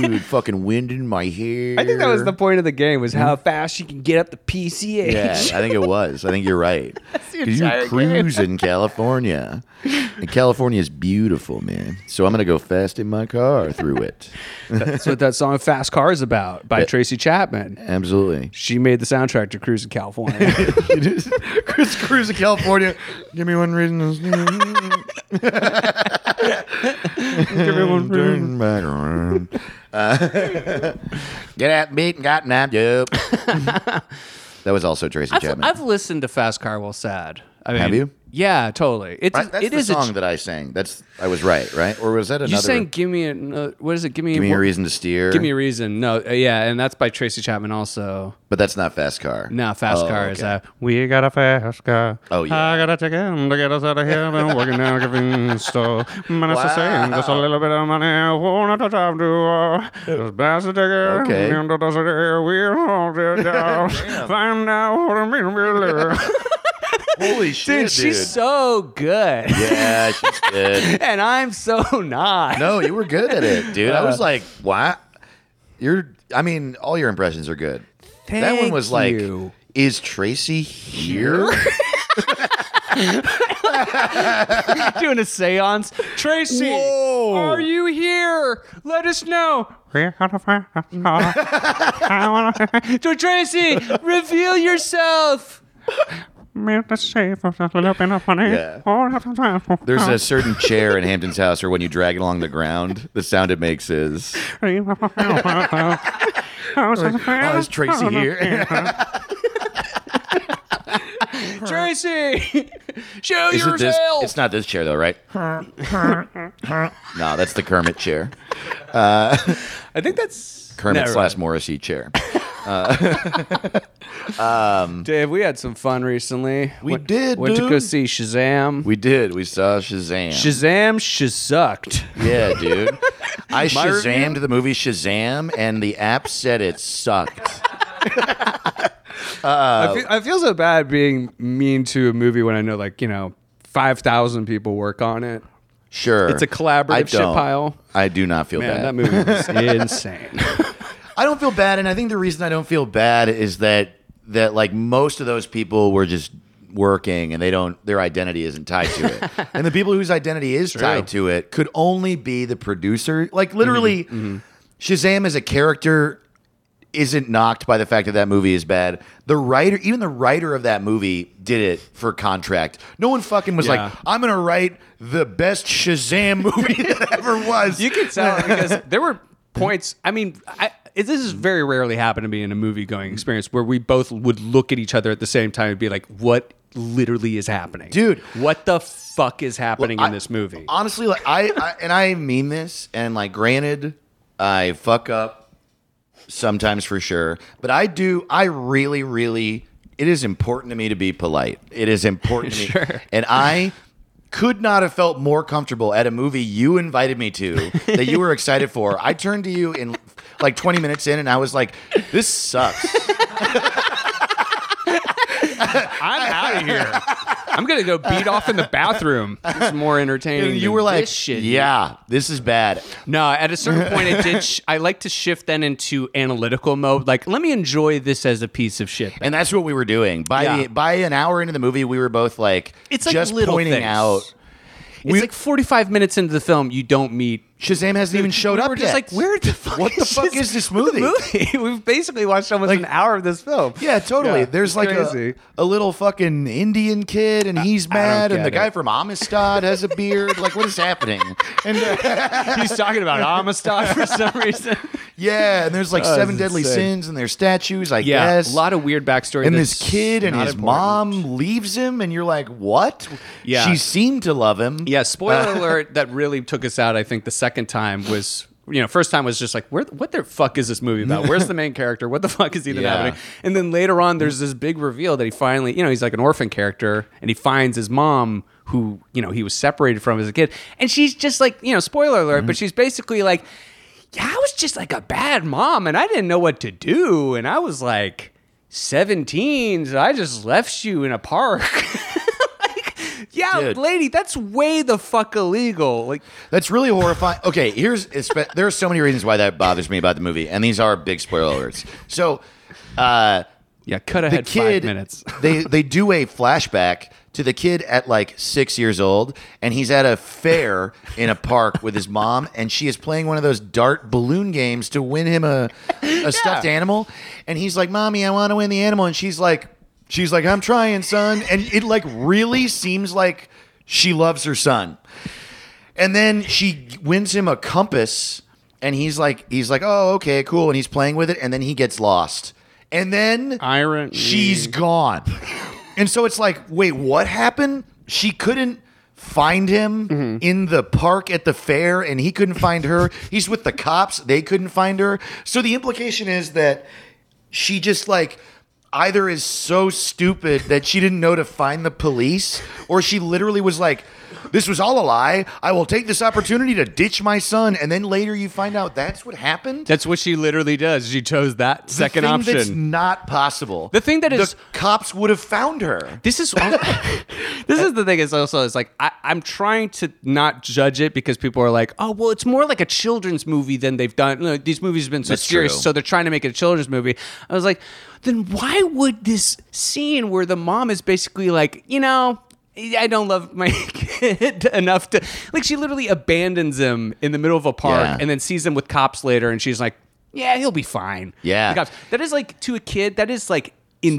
dude, fucking wind in my hair. I think that was the point of the game was how fast you can get up the PCA. Yeah, I think it was. I think you're right. Because you cruise in California. And California is beautiful, man. So I'm going to go fast in my car through it. (laughs) That's what that song Fast Car is about by Tracy Chapman. Absolutely. She made the soundtrack to Cruise (laughs) in (laughs) California. Chris Cruise in California. Give me one reason. (laughs) Turn back around. Uh, (laughs) Get at me and got nabbed. Yep. (laughs) that was also Tracy Chapman. listened to Fast Car while sad. I mean, Have you? Yeah, totally. It's Right? That's the song that I sang. That's I was right, right? Or was that another? you sang "Give Me a no, What is it? Give me, Give me a What- reason to steer. Give me a reason. No, uh, yeah, and that's by Tracy Chapman also. But that's not fast car. No, fast Oh, car okay. is uh, We got a fast car. Oh, yeah. I got a ticket to get us out of here. Been working in a convenience store. Managed to save just a little bit of money. Won't have time to uh, Eh. just pass the ticket. Okay. Into the city. We'll hold (laughs) it down. Find out what it means to be living. Holy (laughs) shit, dude! she's so good, yeah, she's (laughs) good. and I'm so not. No, you were good at it, dude. I was like, what? You're. I mean, all your impressions are good. that one Thank was like, (laughs) you. is Tracy (laughs) here? doing a séance. Tracy, are you here? Let us know. We got a fast car. I want to To Tracy, (laughs) reveal yourself. manage to save just a little bit of money. Yeah. Won't have time to There's Oh. a certain chair in Hampton's house, or when you drag it along the ground, the sound it makes is. Oh, Oh, is Tracy here? (laughs) Tracy, show Is it this? yourself. It's not this chair though, right? no, that's the Kermit chair, I think that's Kermit Never slash Morrissey chair. Dave, we had some fun recently. Mm. We did, Went to go dude. see Shazam. We did. We saw Shazam. Shazam shazucked. yeah, (laughs) dude. I review- Shazammed the movie Shazam, and the app said it sucked. I, feel, I feel so bad being mean to a movie when I know, like, you know, 5,000 people work on it. Sure. It's a collaborative I shit don't. pile. I do not feel Man, bad. that movie was insane. I don't feel bad, and I think the reason I don't feel bad is that that like most of those people were just working and they don't their identity isn't tied to it. and the people whose identity is tied to it could only be the producer. Like literally Shazam as a character isn't knocked by the fact that that movie is bad. The writer, even the writer of that movie, did it for contract. No one fucking was like, "I'm gonna write the best Shazam movie (laughs) that ever was." You could (laughs) tell because there were points. I mean, I, it- this has very rarely happened to me in a movie going experience where we both would look at each other at the same time and be like, "What literally is happening, Dude. What the fuck is happening I- in this movie?" honestly like I, I and i mean this and like granted i fuck up sometimes for sure but i do i really really it is important to me to be polite it is important (laughs) to me and i could not have felt more comfortable at a movie you invited me to that you were excited for i turned to you in like 20 minutes in and i was like (laughs) this sucks I'm out of here. (laughs) I'm gonna go beat off in the bathroom. It's more entertaining. and you than were like this shit. yeah this is bad No, at a certain point, it did. Sh- I like to shift then into analytical mode. Like, let me enjoy this as a piece of shit. And that's what we were doing. By Yeah. the, by an hour into the movie, we were both like, It's like just little pointing things. out It's like 45 minutes into the film, you don't meet. Shazam hasn't even showed we up We're yet. just like, where the (laughs) fuck? What the fuck is this movie? (laughs) movie? We've basically watched almost an hour of this (laughs) film. Yeah, totally. Yeah, There's it's like a, crazy. a little fucking Indian kid, and he's mad, and the get guy it. from Amistad has a beard. like, what is (laughs) happening? And uh, He's talking (laughs) about Amistad for some reason. yeah, and there's like seven deadly Oh, insane. sins, and their statues, I Yeah, guess. a lot of weird backstory. and this that's kid and not his important. mom leaves him, and you're like, what? Yeah. She seemed to love him. Yeah, spoiler alert. That really took us out. I think the second time was, you know, first time was just like, where, what the fuck is this movie about? Where's the main character? What the fuck is even Yeah. happening? And then later on, there's this big reveal that he finally, you know, he's like an orphan character, and he finds his mom, who you know he was separated from as a kid, and she's just like, you know, spoiler alert, but she's basically like, yeah, I was just like a bad mom, and I didn't know what to do, and I was like. 17 so i just left you in a park (laughs) like, yeah Dude. lady that's way the fuck illegal like That's really horrifying. Okay, here's espe- there are so many reasons why that bothers me about the movie, and these are big spoiler alerts. (laughs) So, uh, yeah cut the ahead kid, five minutes they they do a flashback to the kid at like six years old, and he's at a fair in a park with his mom, and she is playing one of those dart balloon games to win him a a stuffed animal, and he's like, "Mommy, I want to win the animal," and she's like, "She's like, I'm trying, son," and it like really seems like she loves her son. And then she wins him a compass, and he's like, he's like, oh, okay, cool. And he's playing with it, and then he gets lost. And then Irony. she's gone. And so it's like, wait, what happened? She couldn't find him in the park at the fair, and he couldn't find her. He's with the cops, they couldn't find her. So the implication is that she just like either is so stupid that she didn't know to find the police or she literally was like this was all a lie i will take this opportunity to ditch my son and then later you find out that's what happened (laughs) that's what she literally does she chose that The second thing option that's not possible The thing that the is- cops would have found (laughs) her this is (laughs) this is the thing is also is like I, i'm trying to not judge it because people are like oh well it's more like a children's movie than they've done No, these movies have been so That's serious true. so they're trying to make it a children's movie i was like then why would this scene where the mom is basically like you know I don't love my (laughs) kid enough to like she literally abandons him in the middle of a park Yeah. and then sees him with cops later and she's like yeah he'll be fine Yeah. The cops- that is like to a kid that is like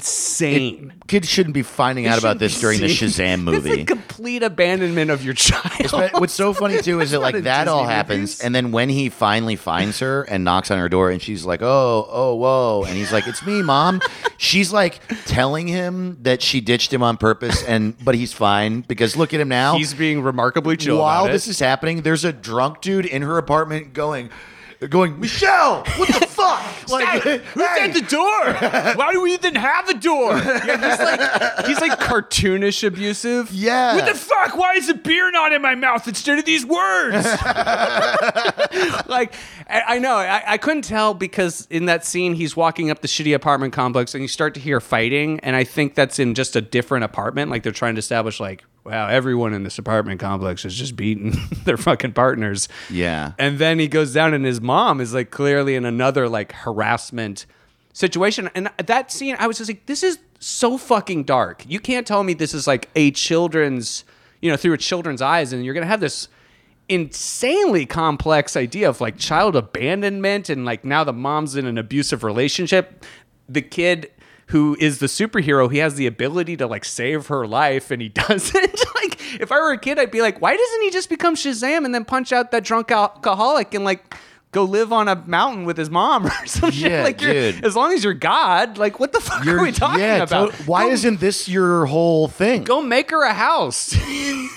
insane kids shouldn't be finding out about this during the (laughs) shazam movie it's like complete abandonment of your (laughs) child. But (laughs) what's so funny too is that like not in that all Disney happens, movies. and then when he finally finds her and knocks on her door, and she's like, "Oh, oh, whoa," and he's like, "It's me, mom." she's like telling him that she ditched him on purpose, and but he's fine because look at him now. being remarkably While this is happening, there's a drunk dude in her apartment going. going, Michelle, what the (laughs) fuck? like, Who's at the door? Why do we even have a door? Yeah, he's like he's like cartoonish abusive. (laughs) Yeah. What the fuck? Why is the beer not in my mouth instead of these (laughs) words? like I, I know I, I couldn't tell because in that scene he's walking up the shitty apartment complex and you start to hear fighting and i think that's in just a different apartment like they're trying to establish like wow everyone in this apartment complex is just beating (laughs) their fucking partners Yeah. and then he goes down and his mom is like clearly in another like harassment situation and that scene i was just like this is so fucking dark you can't tell me this is like a children's you know through a children's eyes and you're gonna have this insanely complex idea of like child abandonment and like now the mom's in an abusive relationship. The kid who is the superhero, he has the ability to like save her life and he (laughs) doesn't. like if I were a kid, I'd be like, why doesn't he just become Shazam and then punch out that drunk alcoholic and like go live on a mountain with his mom (laughs) or some Yeah, shit? Like you're, dude. as long as you're God, like what the fuck are we talking yeah, about? to- why Go- isn't this your whole thing? go make her a house? (laughs)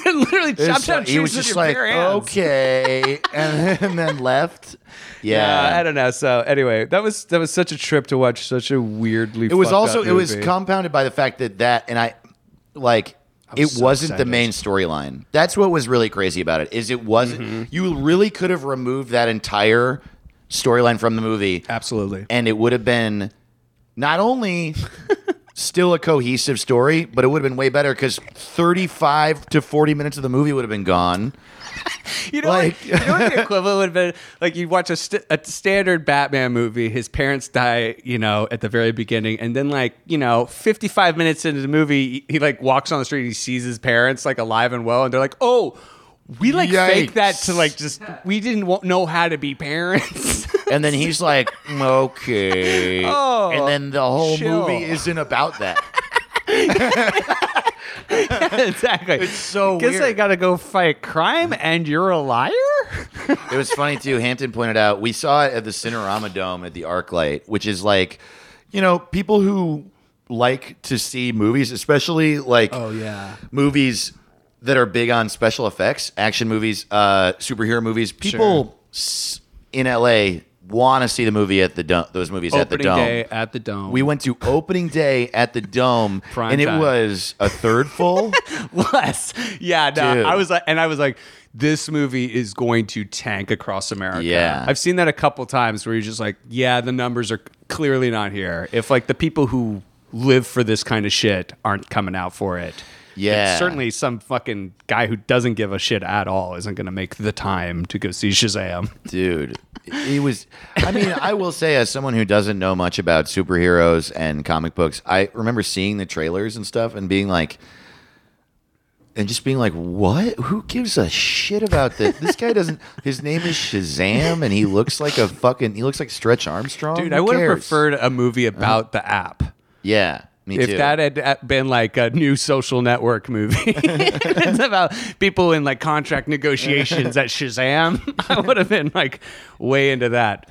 Literally It's chop down like- he was trees with just your like, bare hands. okay, (laughs) and, and then left. Yeah. Yeah, I don't know. So anyway, that was that was such a trip to watch such a weirdly. it was fucked also up it was movie. compounded by the fact that that and I like it so wasn't the excited. main storyline. That's what was really crazy about it. Is it wasn't Mm-hmm. you really could have removed that entire storyline from the movie absolutely. and it would have been not (laughs) only still a cohesive story, but it would have been way better because 35 to 40 minutes of the movie would have been gone. You know, like- what, you know what the (laughs) equivalent would have been like you watch a, st- a standard Batman movie. His parents die, you know, at the very beginning, and then like you know, fifty five minutes into the movie, he, he like walks on the street, and he sees his parents like alive and well, and they're like, oh. We like fake that to Yikes. like just we didn't wa- know how to be parents. (laughs) And then he's like, "Mm, okay. Oh, and then the whole chill. movie isn't about that. exactly. It's so Guess I weird. gotta go fight crime, and you're a liar. It was funny too. Hampton pointed out we saw it at the Cinerama Dome at the ArcLight, which is like, you know, people who like to see movies, especially like Oh, (laughs) yeah. movies that are big on special effects, action movies, uh, superhero movies. People s in LA want to see the movie at the dome. Those movies at the Opening dome. day at the dome. We went to opening day at the dome, Prime and it time. was a third (laughs) full. less. Yeah, no, Dude. I was like, and I was like, this movie is going to tank across America. Yeah. I've seen that a couple times where you're just like, yeah, the numbers are clearly not here. If like the people who live for this kind of shit aren't coming out for it. Yeah. then certainly some fucking guy who doesn't give a shit at all isn't going to make the time to go see Shazam. dude it was i mean i will say as someone who doesn't know much about superheroes and comic books i remember seeing the trailers and stuff and being like and just being like what who gives a shit about this this guy doesn't his name is shazam and he looks like a fucking he looks like stretch armstrong Dude, Oh, Who I would have cares? Uh-huh. preferred a movie about the app. yeah me if too that had uh, been like a new social network movie (laughs) it's about people in like contract negotiations at Shazam, (laughs) I would have been like way into that.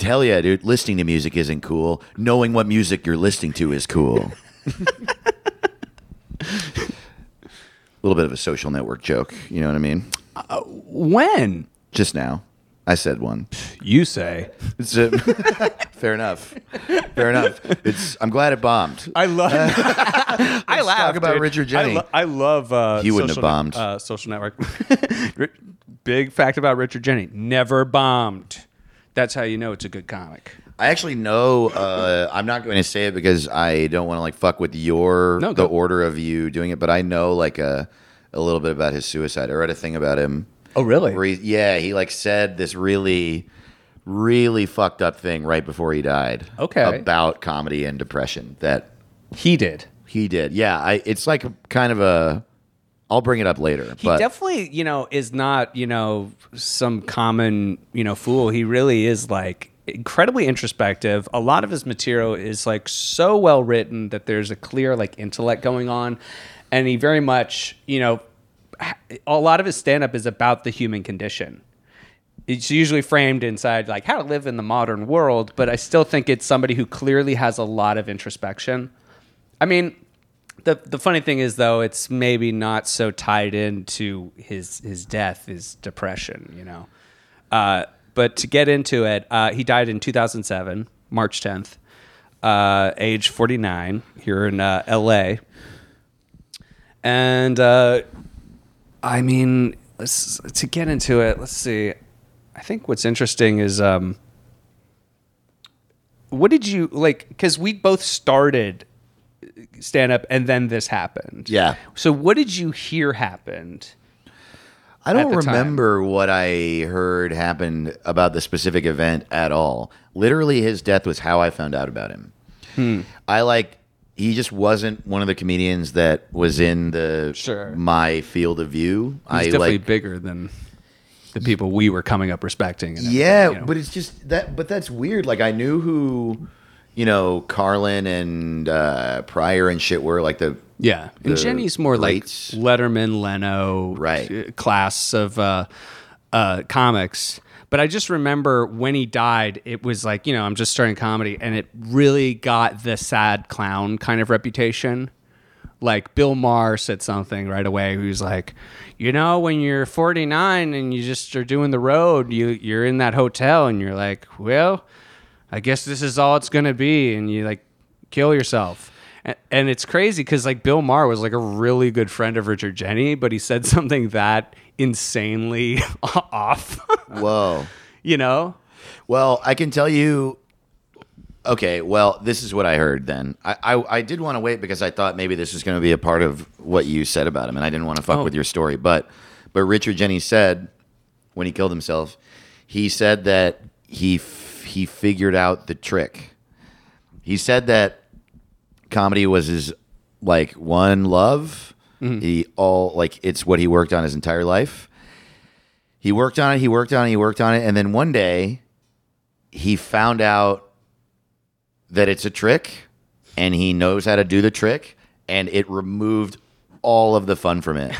Hell yeah, dude. Listening to music isn't cool. Knowing what music you're listening to is cool. (laughs) A little bit of a social network joke. You know what I mean? When Just now. I said one. you say, It's a, (laughs) fair enough. Fair enough. It's. I'm glad it bombed. (laughs) I love. I laugh. talk about Richard Jenny. I, lo- I love. Uh, He wouldn't have social bombed. uh, social network. (laughs) Ri- Big fact about Richard Jenny: never bombed. That's how you know it's a good comic. I actually know. Uh, I'm not going to say it because I don't want to like fuck with your No, the go. order of you doing it. But I know like a a little bit about his suicide. I read a thing about him. Oh, really? Where he, yeah, he like said this really, really fucked up thing right before he died. Okay. About comedy and depression that He did. he did. Yeah, I, it's like kind of a. I'll bring it up later. He but definitely, you know, is not, you know, some common, you know, fool. He really is like incredibly introspective. A lot of his material is like so well written that there's a clear like intellect going on. And he very much, you know, ha- a lot of his stand up is about the human condition. It's usually framed inside like how to live in the modern world, but I still think it's somebody who clearly has a lot of introspection. I mean, the the funny thing is though, it's maybe not so tied into his his death, his depression, you know. Uh, But to get into it, uh, he died in 2007, March 10th, uh, age 49, here in uh, LA. And uh, I mean, let's, to get into it, let's see. I think what's interesting is um, what did you like? Because we both started stand up and then this happened. Yeah. So what did you hear happened? I don't at the time. remember what I heard happened about the specific event at all. Literally, his death was how I found out about him. Hmm. I like he just wasn't one of the comedians that was in the Sure. my field of view. It's I definitely like bigger than the people we were coming up respecting. and everything, yeah, you know. but it's just that. But that's weird. Like I knew who you know Carlin and uh, Pryor and shit were like the yeah, and the Jenny's more greats. like Letterman, Leno, Right. uh, class of uh, uh, comics. But I just remember when he died, it was like you know I'm just starting comedy, and it really got the sad clown kind of reputation. Like Bill Maher said something right away. He was like, you know, when you're 49 and you just are doing the road, you you're in that hotel and you're like, well, I guess this is all it's gonna be, and you like kill yourself. A- And it's crazy because like Bill Maher was like a really good friend of Richard Jenny, but he said (laughs) something that insanely (laughs) off, whoa. you know? Well, I can tell you. Okay, well, this is what I heard then. I, I, I did want to wait because I thought maybe this was going to be a part of what you said about him, and I didn't want to fuck with your story. But but Richard Jennings said when he killed himself, he said that he f- he figured out the trick. He said that comedy was his like one love. He all like it's what he worked on his entire life. He worked on it. He worked on it. He worked on it, and then one day he found out that it's a trick and he knows how to do the trick and it removed all of the fun from it.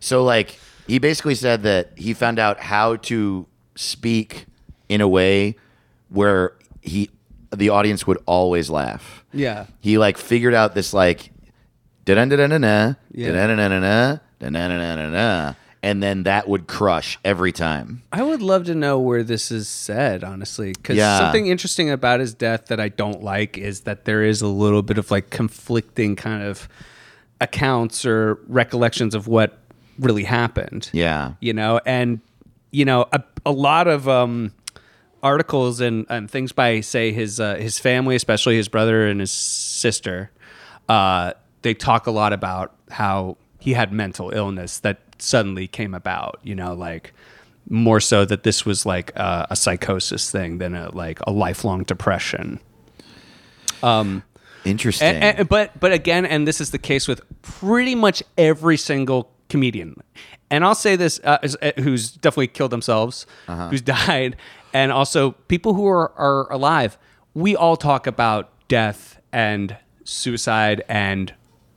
so like he basically said that he found out how to speak in a way where he the audience would always laugh. Yeah. He like figured out this like da da da da da da Yeah. da da da da da da da da and then that would crush every time. I would love to know where this is said, honestly, because Yeah. something interesting about his death that I don't like is that there is a little bit of like conflicting kind of accounts or recollections of what really happened. Yeah. you know and you know a, a lot of um articles and, and things by say his uh, his family especially his brother and his sister uh they talk a lot about how he had mental illness that suddenly came about you know like more so that this was like uh, a, a psychosis thing than a like a lifelong depression Interesting. and, and- but but again, and this is the case with pretty much every single comedian. And I'll say this: uh, is- uh, who's definitely killed themselves, Uh-huh. who's (laughs) died, and also people who are are alive. We all talk about death and suicide and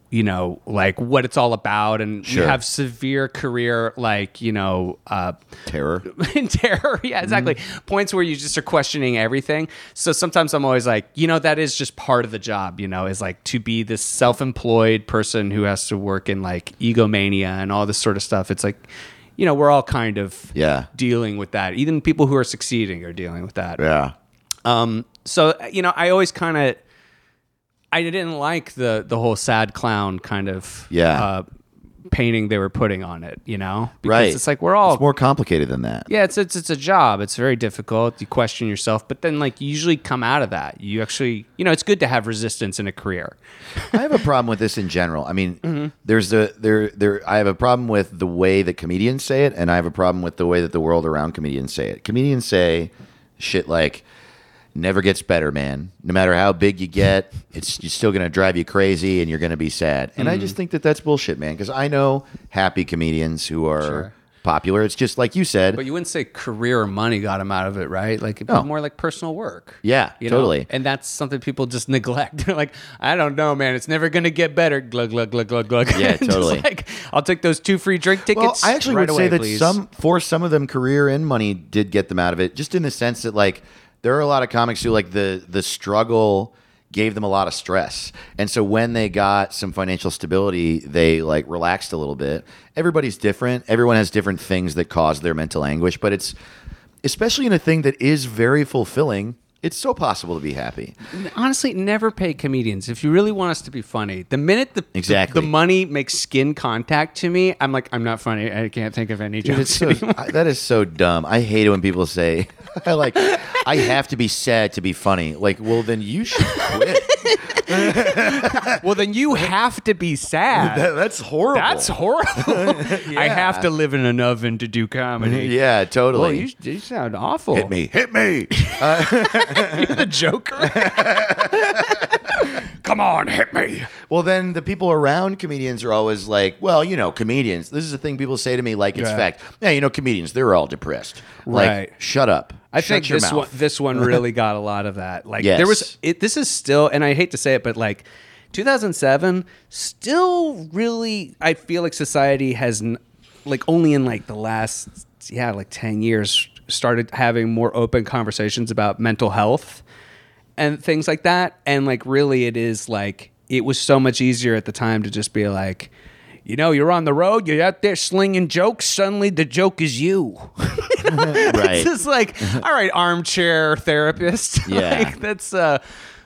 you know like what it's all about and Sure. we have severe career like you know uh Terror. (laughs) in terror. Yeah, exactly. Mm-hmm. Points where you just are questioning everything. So sometimes I'm always like, you know, that is just part of the job, you know, is like to be this self employed person who has to work in like egomania and all this sort of stuff. It's like, you know, we're all kind of Yeah. dealing with that. Even people who are succeeding are dealing with that. Yeah. So, you know, I always kind of. I didn't like the the whole sad clown kind of Yeah. uh, painting they were putting on it, you know, because Right. it's like we're all It's more complicated than that. yeah, it's it's it's a job. It's very difficult. You question yourself, but then like you usually come out of that. You actually, you know, it's good to have resistance in a career. I have a problem with this in general. I mean, there's the there there I have a problem with the way that comedians say it and I have a problem with the way that the world around comedians say it. Comedians say shit like never gets better, man. No matter how big you get, it's you're still going to drive you crazy and you're going to be sad. And I just think that that's bullshit, man, cuz I know happy comedians who are popular. It's just like you said. But you wouldn't say career or money got him out of it, right? Like it'd be No. more like personal work. Yeah, you know? totally. And that's something people just (laughs) neglect. They're like, I don't know, man. It's never gonna get better. Glug glug glug glug glug. (laughs) Yeah, Just totally. like, I'll take those two free drink Well, tickets. I actually right would away, say that please. some for some of them, career and money did get them out of it, just in the sense that like there are a lot of comics who like the the struggle gave them a lot of stress, and so when they got some financial stability, they like relaxed a little bit. Everybody's different. Everyone has different things that cause their mental anguish, but it's especially in a thing that is very fulfilling, it's so possible to be happy. Honestly, never pay comedians if you really want us to be funny. The minute the Exactly. the, money makes skin contact to me, I'm like, I'm not funny. I can't think of any Dude, jokes. it's (laughs) so, I, that is so dumb. I hate it when people say, (laughs) "I like, I have to be sad to be funny." Like, well, then you should quit. well, then you have to be (laughs) sad. That- that's horrible. (laughs) That's horrible. I have to live in an oven to do comedy. yeah, totally. Well, you, you sound awful. hit me, hit me. (laughs) the Joker. (laughs) Come on, hit me. (laughs) Well, then the people around comedians are always like, well, you know, comedians. This is the thing people say to me, like it's fact. Yeah, you know, comedians, they're all depressed. Right. Like, shut up. I Shut think your this mouth. one this one really got a lot of that. Like Yes. there was it, this is still and I hate to say it but like 2007 still really I feel like society has n- like only in like the last yeah like 10 years started having more open conversations about mental health and things like that and like really it is like it was so much easier at the time to just be like you know, you're on the road, you're out there slinging jokes, suddenly the joke is you. (laughs) right. It's (laughs) just like, all right, armchair therapist. (laughs) Yeah. like, that's. uh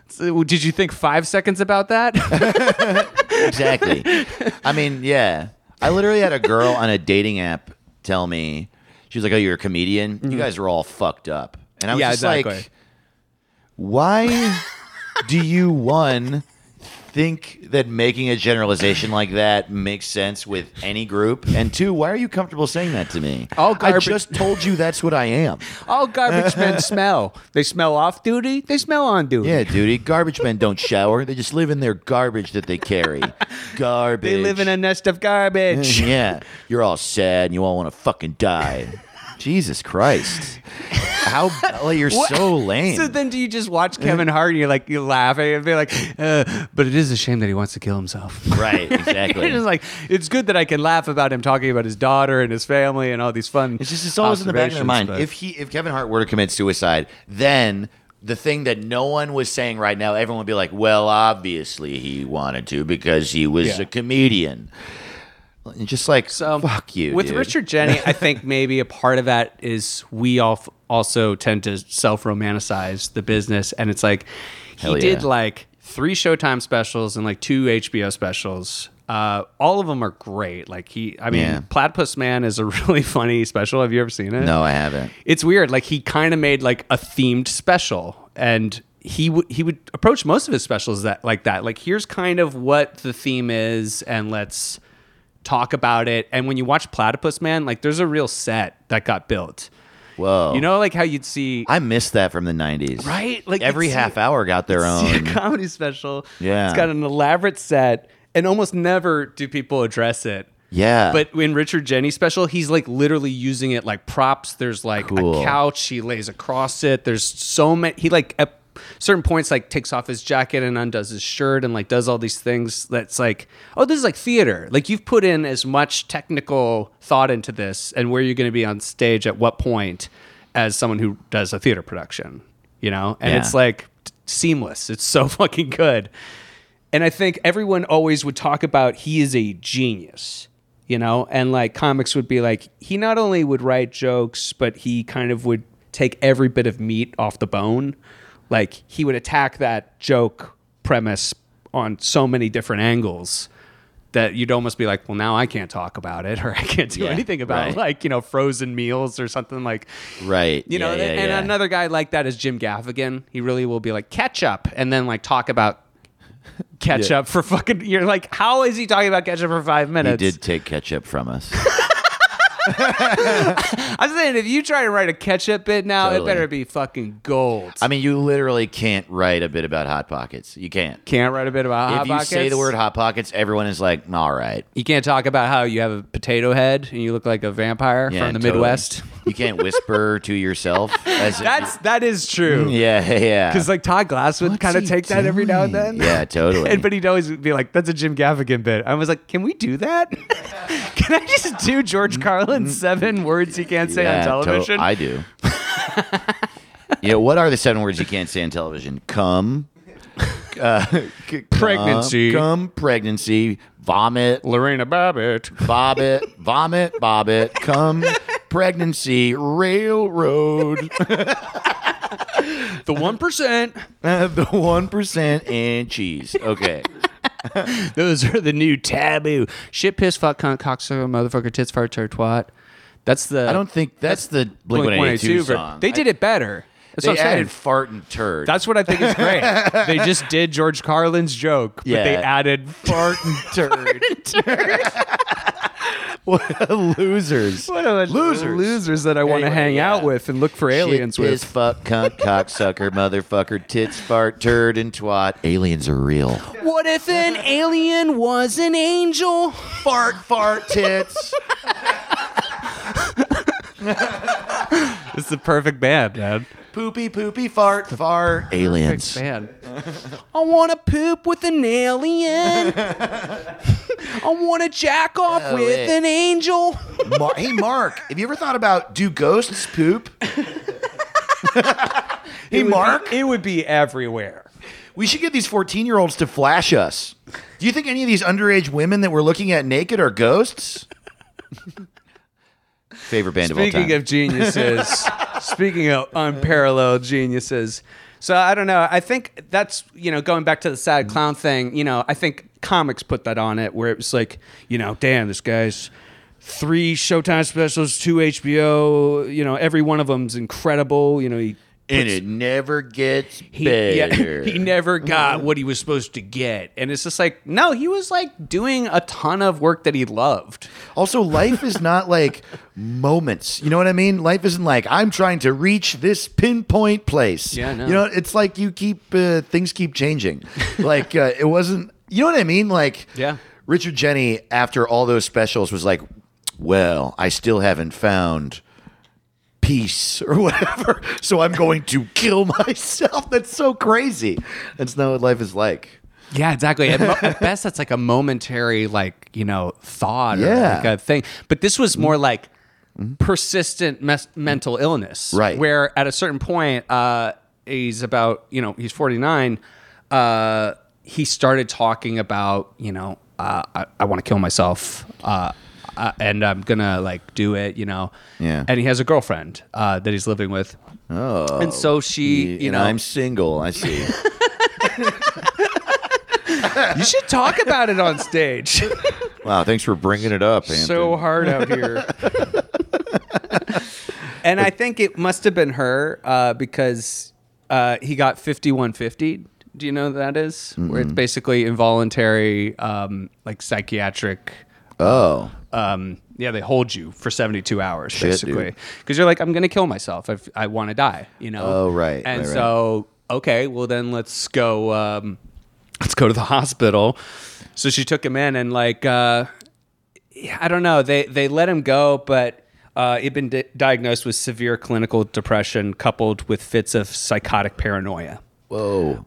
so did you think five seconds about that? (laughs) exactly. I mean, yeah. I literally had a girl on a dating app tell me she was like, "Oh, you're a comedian. You guys are all fucked up." And I was Mm-hmm. Yeah, just exactly. like, "Why do you one think that making a generalization like that makes sense with any group? And two, why are you comfortable saying that to me? All I garbage- just told you that's what I am. All garbage (laughs) men smell. They smell off duty. They smell on duty. Yeah, dude. Garbage men don't shower. They just live in their garbage that they carry. Garbage. (laughs) They live in a nest (laughs) of garbage. yeah, you're all sad and you all want to fucking die. Jesus Christ. How like, you're so lame. So then, do you just watch Kevin Hart and you're like, you laughing and be like, uh, but it is a shame that he wants to kill himself. (laughs) right, exactly. it's just like, it's good that I can laugh about him talking about his daughter and his family and all these fun. it's just it's always in the back of their mind. observations, but- If he if Kevin Hart were to commit suicide, then the thing that no one was saying right now, everyone would be like, "Well, obviously he wanted to because he was Yeah. a comedian." And just like, So um, fuck you, With dude. Richard Jenny, (laughs) I think maybe a part of that is we all also tend to self romanticize the business, and it's like he Hell yeah. did like three Showtime specials and like two HBO specials. Uh, all of them are great. Like he, I mean, Yeah. Platypus Man is a (laughs) really funny special. Have you ever seen it? No, I haven't. it's weird. Like he kind of made like a themed special, and he would he would approach most of his specials that like that. Like here's kind of what the theme is, and let's talk about it. And when you watch Platypus Man, like there's a real set that got built. Whoa. You know, like how you'd see Oh. I missed that from the 90s. Right? Like Like, every it's- half hour got their (laughs) see a own. comedy special. Yeah. it's got an elaborate set, and almost never do people address it. Yeah. But in Richard Jenny special, he's like literally using it like props. There's like Cool. a couch. He lays across it. There's so many. He like at certain points like takes off his jacket and undoes his shirt and like does all these things. That's like oh, this is like theater. Like you've put in as much technical thought into this and where you're going to be on stage at what point as someone who does a theater production. You know, and Yeah. it's like t- seamless. It's so (laughs) fucking good. And I think everyone always would talk about he is a genius, you know? And like comics would be like, he not only would write jokes, but he kind of would take every bit of meat off the bone. Like he would attack that joke premise on so many different angles that you'd almost be like, well, now I can't talk about it (laughs) or I can't do Yeah, anything about right. like, you know, frozen meals or something like right. you know, Yeah, and, yeah, yeah. another guy like that is Jim Gaffigan. He really will be like ketchup, and then like talk about ketchup for fucking. You're like, how is he talking about ketchup for five He minutes? did take ketchup from us. I'm saying if you try to write a ketchup bit now, Totally. it better be fucking gold. I mean, you literally can't write a bit about Hot Pockets. You can't. can't write a bit about if hot you say the Pockets. word Hot Pockets, everyone is like, all right. You can't talk about how you have a potato head and you look like a vampire Yeah, from the totally. Midwest. You can't (laughs) whisper to yourself. As if- (laughs) That's that is true. yeah, yeah. Because like Todd Glass would kind of he take that every now and then. yeah, totally. And but he'd always be like, "That's a Jim Gaffigan bit." I was like, "Can we do that? (laughs) Can I just do George Carlin's seven words he can't say yeah, to- on television?" I (laughs) do. you know, what are the seven words you can't say on television? Come. Pregnancy. Come, pregnancy, vomit, Lorena Babbitt. bobbit, vomit, bobbit, come, pregnancy railroad. (laughs) The one percent. the one percent and cheese. Okay. Those are the new taboo. Shit, piss, fuck, cunt, cocksucker, motherfucker, tits, fart, turd, twat. That's the I don't think that's the Blink One Eighty Two ver- song. They did it better. That's They what I'm saying. added fart and turd. That's what I think is (laughs) great. they just did George Carlin's joke, but they Yeah. added fart and (laughs) turd. what (laughs) losers! losers, losers that I want to Anyway, hang yeah. out with and look for aliens Shit, with. piss, fuck, cunt, cocksucker, motherfucker, tits, fart, turd, and twat. Aliens are real. What if (laughs) an alien was an angel? Fart, fart, tits. It's the perfect band, man. poopy, poopy, fart, fart. Aliens. Man, I want to poop with an (laughs) alien. I want to jack off Oh, with wait. an angel. Mar- hey, Mark, have you ever thought about do ghosts poop? hey, Mark, it would be everywhere. we should get these 14 year olds to flash us. Do you think any of these underage women that we're looking at naked are ghosts? (laughs) Favorite band of all Speaking time. (laughs) of geniuses, speaking of unparalleled geniuses. So I don't know. I think that's you know going back to the Mm-hmm. sad clown thing. You know, I think comics put that on it where it was like, you know, damn, this guy's three Showtime specials, two HBO. You know, every one of them's incredible. You know, he and it never gets he, yeah, (laughs) better. he never got Mm-hmm. what he was supposed to get, and it's just like no, he was like doing a ton of work that he loved. Also, life is not like moments. You know what I mean? Life isn't like I'm trying to reach this pinpoint place. Yeah, I know. You know, it's like you keep uh, things keep changing. like uh, it wasn't. You know what I mean? Like Yeah. Richard Jenny after all those specials was like, well, I still haven't found peace (laughs) or whatever, so I'm going to kill myself. That's so crazy. That's not what life is like. Yeah, exactly. At, mo- (laughs) at best, that's like a momentary, like you know, thought Yeah. Mm-hmm. or like a thing. But this was more like persistent mes- mental illness, Right. Where at a certain point, uh, he's about you know he's forty nine. Uh, he started talking about you know uh, I, I want to kill myself, uh, uh, and I'm gonna like do it, you know. Yeah. And he has a girlfriend uh, that he's living with. Oh. And so she, you and know, I'm single. I see. (laughs) you should talk about it on (laughs) stage. wow, thanks for bringing it up. (laughs) so hard out here. and I think it must have been her uh, because uh, he got 5150. Do you know what that is? Where it's basically involuntary, um, like psychiatric. Oh. Um, yeah, they hold you for 72 hours, Shit, basically. dude. Because you're like, I'm going to kill myself. I've, I want to die, you know? Oh, right, And right, right. so, okay, well, then let's go. Um, let's go to the (laughs) hospital. So she took him in and like uh, I don't know. They they let him go, but uh, he'd been di- diagnosed with severe clinical depression coupled with fits of psychotic paranoia. Whoa.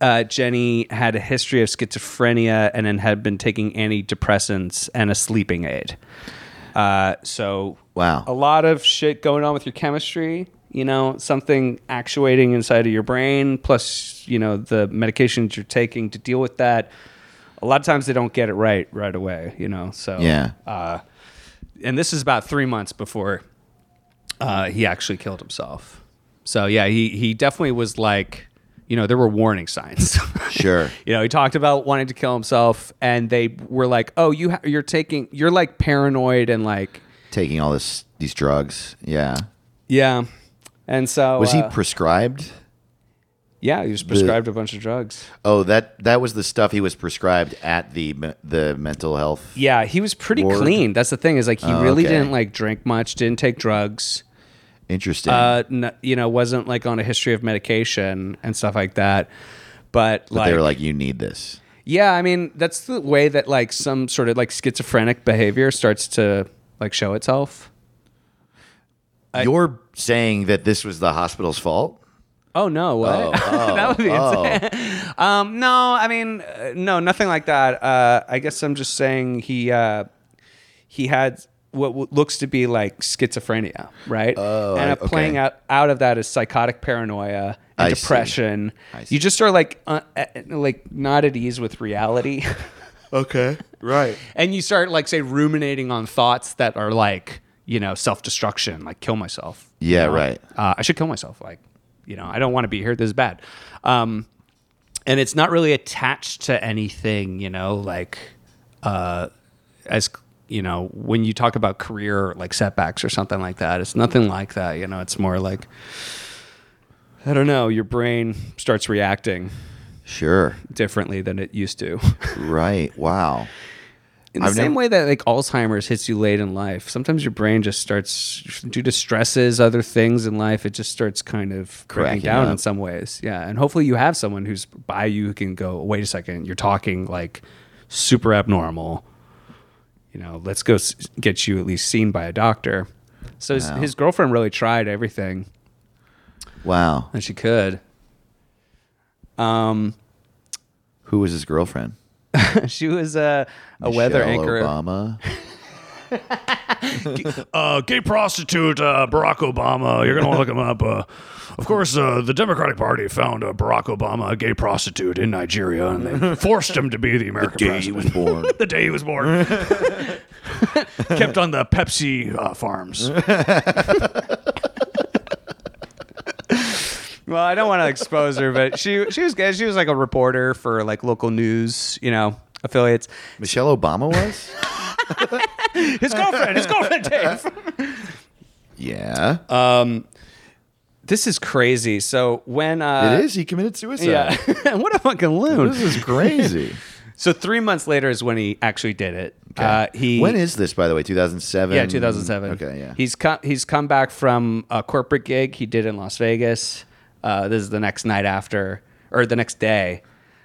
Uh, Jenny had a history of schizophrenia and then had been taking antidepressants and a sleeping aid. Uh, so Wow. a lot of shit going on with your chemistry. You know, something actuating inside of your brain, plus you know the medications you're taking to deal with that. A lot of times they don't get it right right away. You know, so Yeah. uh, and this is about three months before uh, he actually killed himself. So yeah, he he definitely was like, you know, there were (laughs) warning signs. (laughs) Sure. you know, he talked about wanting to kill himself, and they were like, "Oh, you ha- you're taking you're like paranoid and like Taking all this these drugs. Yeah. yeah." And so Was uh, he prescribed? yeah, he was prescribed a bunch of drugs. Oh, that that was the stuff he was prescribed at the me- the mental health. Yeah, he was pretty Ward. clean. That's the thing is like he Oh, really okay. didn't like drink much, didn't take drugs. Interesting. uh, n- you know, wasn't like on a history of medication and stuff like that. But, but like, they were like, "You need this." yeah, I mean, that's the way that like some sort of like schizophrenic behavior starts to like show itself. You're saying that this was the hospital's fault. Oh no, what? (laughs) that would be insane. (laughs) Um, no, I mean, uh, no, nothing like that. Uh, I guess I'm just saying he uh, he had what w- looks to be like schizophrenia, right? Oh, and I- uh, playing okay. out out of that is psychotic paranoia I and see. depression. You just are like uh, uh, like not at ease with reality, (laughs) Okay. Right. and you start like say ruminating on thoughts that are like. you know, self destruction, like kill myself. Yeah, You know? right. Uh, I should kill myself. Like, you know, I don't want to be here. This is bad. Um, and it's not really attached to anything, you know, like uh, as you know, when you talk about career like setbacks or something like that, it's nothing like that. You know, it's more like I don't know, your brain starts reacting Sure. differently than it used to. (laughs) Right. Wow. In the I've same never- way that like Alzheimer's hits you late in life, sometimes your brain just starts due to stresses, other things in life, it just starts kind of Cracking cracking down in up. some ways. Yeah, and hopefully you have someone who's by you who can go, wait a second, you're talking like super abnormal. You know, let's go s- get you at least seen by a doctor. So his, his girlfriend really tried everything Wow. that she could. (laughs) Um, Who was his girlfriend? she was a, a weather Michelle anchor. Obama. (laughs) Uh, gay prostitute uh, Barack Obama. You're going to want to look him up. Uh, of course, uh, the Democratic Party found uh, Barack Obama a gay prostitute in Nigeria, (laughs) and they forced him to be the American president. born. (laughs) the day he was born. Kept on the Pepsi uh, farms. (laughs) Well, I don't want to expose her, but she she was good. She was like a reporter for like local news, you know, affiliates. Michelle Obama was? His girlfriend, his girlfriend, Dave. Yeah. (laughs) Uh, This is crazy. So when uh, it is. He committed suicide. yeah, (laughs) what a fucking loon. This is (laughs) crazy. So three months later is when he actually did it. Uh, he when is this, by the way? 2007? yeah 2007. Okay, yeah. He's come he's come back from a corporate gig he did in Las Vegas. Uh, this is the next night after or the next day.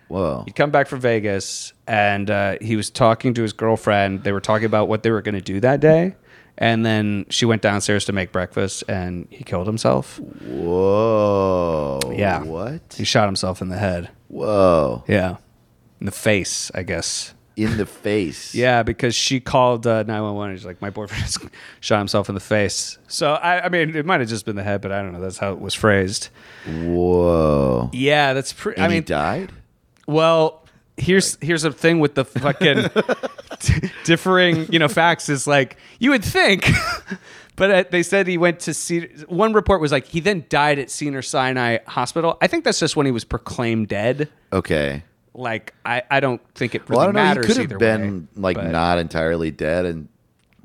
Whoa. He'd come back from Vegas and uh, he was talking to his girlfriend. They were talking about what they were going to do that day. And then she went downstairs to make breakfast and he killed himself. Whoa. Yeah. What? He shot himself in the head. Whoa. Yeah. In the face, I guess. In the face. Yeah, because she called uh, 911. He's like, my boyfriend just (laughs) shot himself in the face. So, I, I mean, it might have just been the head, but I don't know. That's how it was phrased. Whoa. Yeah, that's pretty. And I mean, he died? Well, here's here's a thing with (laughs) the fucking d- differing, you know, facts is like you would think, (laughs) but uh, they said he went to Cedar. One report was like he then died at Cedar Sinai Hospital. I think that's just when he was proclaimed dead. Okay. Like I, I don't think it really Well, I don't know. He matters could either have been way, like but- not entirely dead, and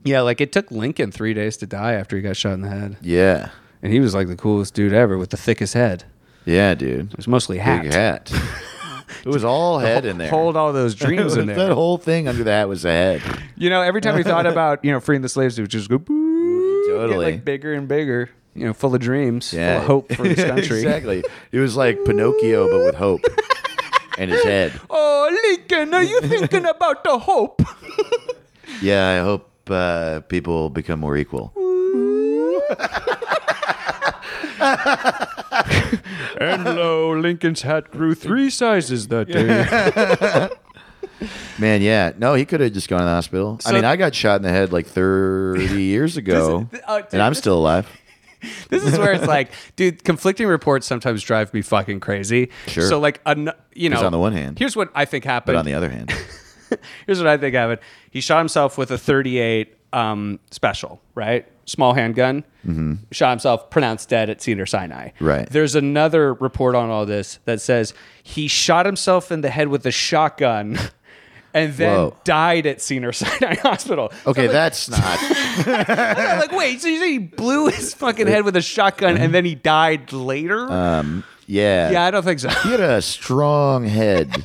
Yeah, like it took Lincoln three days to die after he got shot in the head, yeah, and he was like the coolest dude ever with the thickest head. yeah, dude, It was mostly hat. big hat. (laughs) it was all head in there. (laughs) Hold all those dreams in there. That whole thing under the hat was a head. You know, every time we thought about you know freeing the slaves, it would just go boo, Totally. get like bigger and bigger. You know, full of dreams, Yeah, full of hope (laughs) for this country. exactly. It was like Pinocchio, but with (laughs) hope and his head. Oh, Lincoln, are you thinking about the hope? (laughs) Yeah, I hope uh, people become more equal. And lo, Lincoln's hat grew three sizes that day. Man, yeah, no, he could have just gone to the hospital. I mean, I got shot in the head like 30 (laughs) years ago, oh, dude, and I'm this- still alive. (laughs) This is where it's like, dude, conflicting reports sometimes drive me fucking crazy. Sure. So like, an, you know, 'Cause on the one hand- here's what I think happened. But on the other hand, here's what I think happened. He shot himself with a 38 um, special, right? Small handgun. Shot himself, pronounced dead at Cedar Sinai. Mm-hmm. Right. There's another report on all this that says he shot himself in the head with a shotgun. (laughs) And then Whoa. died at Cedar (laughs) Sinai Hospital. So okay, I'm like, that's not. I'm like, wait, so you say he blew his fucking head with a shotgun and then he died later? Uh, Yeah. yeah, I don't (laughs) think so. He had a strong head.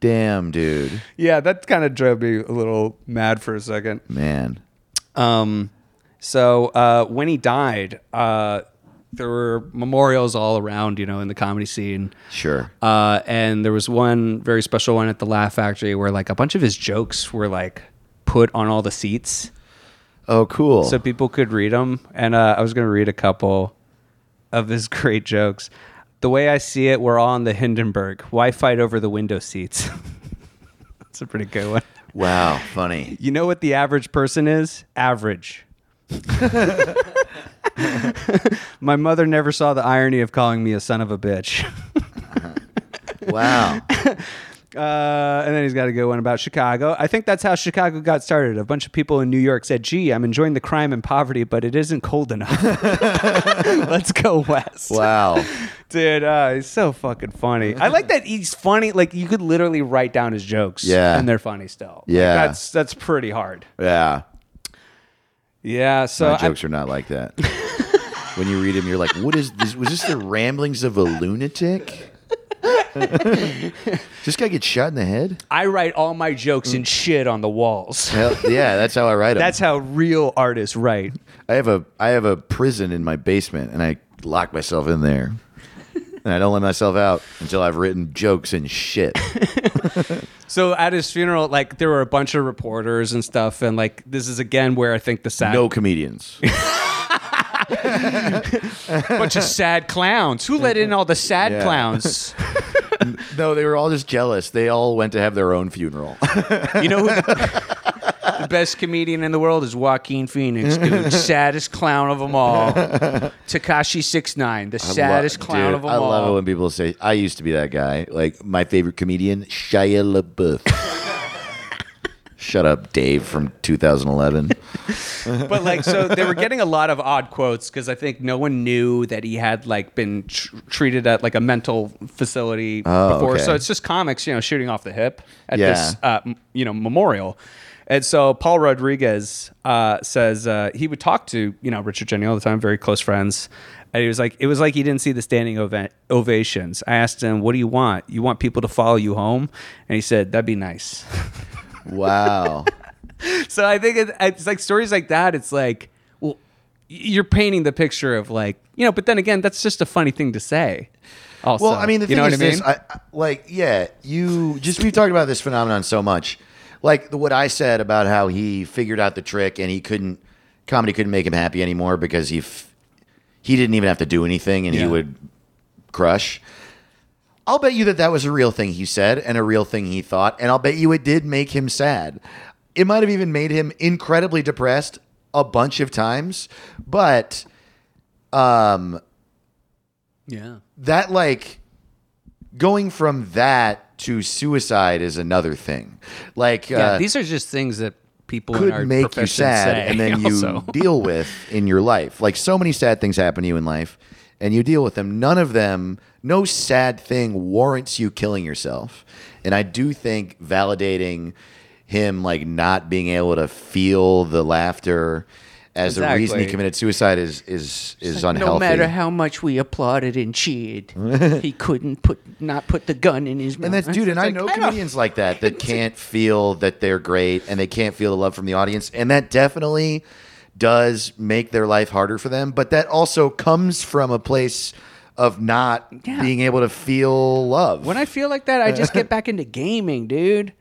Damn, dude. yeah, that kind of drove me a little mad for a second. Man. Um, so uh, when he died, uh, there were memorials all around, you know, in the comedy scene. Sure. Uh, and there was one very special one at the Laugh Factory where like a bunch of his jokes were like put on all the seats Oh, cool. so people could read them. And uh, I was going to read a couple of his (laughs) great jokes. The way I see it, we're all on the Hindenburg. Why fight over the window seats? (laughs) That's a pretty good one. wow, funny. You know what the average person is? (laughs) Average. My mother (laughs) never saw the irony of calling me a son of a bitch. Wow. (laughs) Uh, and then he's got a good one about Chicago. I think that's how Chicago got started. A bunch of people in New York said, gee, I'm enjoying the crime and poverty, but it isn't (laughs) cold enough. Let's go west. Wow. Dude, uh, he's so fucking funny. I like that he's funny. Like, you could literally write down his jokes. Yeah. And they're funny still. Like, Yeah. that's, that's pretty hard. Yeah. Yeah. So My I- jokes are not like that. when you read them, you're like, "What is this? Was this the ramblings of a lunatic?" (laughs) this guy gets shot in the head? I write all my jokes in shit on the walls. Hell, yeah, Mm. (laughs) that's how I write them. That's how real artists write. I have a I have a prison in my basement, and I lock myself in there, and I don't let myself out until I've written jokes and shit. So at his funeral, like there were a bunch of reporters and stuff, and like this is again where I think the sad No comedians. (laughs) bunch of sad clowns. Who let in all the sad Yeah. (laughs) clowns? (laughs) No, they were all just jealous. They all went to have their own (laughs) funeral. You know who the, the (laughs) best comedian in the world is Joaquin Phoenix, (laughs) dude. Saddest clown of them all. Takashi Six Nine, the saddest Lo- clown Dude, of them I all. love it when people say, "I used to be that guy." Like my favorite comedian, Shia LaBeouf. (laughs) Shut up, Dave from 2011. but like so they were getting a lot of odd quotes because i think no one knew that he had like been tr- treated at like a mental facility Oh, before okay. so it's just comics you know shooting off the hip at Yeah. this uh, m- you know memorial and so paul rodriguez uh, says uh, he would talk to you know richard jenny all the time very close friends and he was like it was like he didn't see the standing ova- ovations i asked him what do you want you want people to follow you home and he said that'd be nice wow. so I think it, it's like stories like that. It's like, well, y- you're painting the picture of like, you know. But then again, that's just a funny thing to say. Also, Well, I mean, the thing you know is what I mean. this: I, uh, I- like, yeah, you just we've talked about this phenomenon so much. Like the, what I said about how he figured out the trick and he couldn't comedy couldn't make him happy anymore because he f- he didn't even have to do anything and he Yeah. would crush. I'll bet you that that was a real thing he said and a real thing he thought, and I'll bet you it did make him sad. It might have even made him incredibly depressed a bunch of times, but um, yeah. that like going from that to suicide is another thing. Like yeah, uh, these are just things that people in our could make you profession sad, say and (laughs) then you (laughs) also. deal with in your life. Like so many sad things happen to you in life, and you deal with them. None of them, no sad thing warrants you killing yourself. And I do think validating him like not being able to feel the laughter as the reason he Exactly. committed suicide is is is unhealthy. No matter how much we applauded and (laughs) cheered, he couldn't put not put the gun in his mouth. And that's dude, and I know comedians like that (laughs) that can't feel that they're great and they can't feel the love from the audience, and that definitely does make their life harder for them. But that also comes from a place of not being able to feel love. (laughs) when I feel like that, I just get back into (laughs) gaming, dude.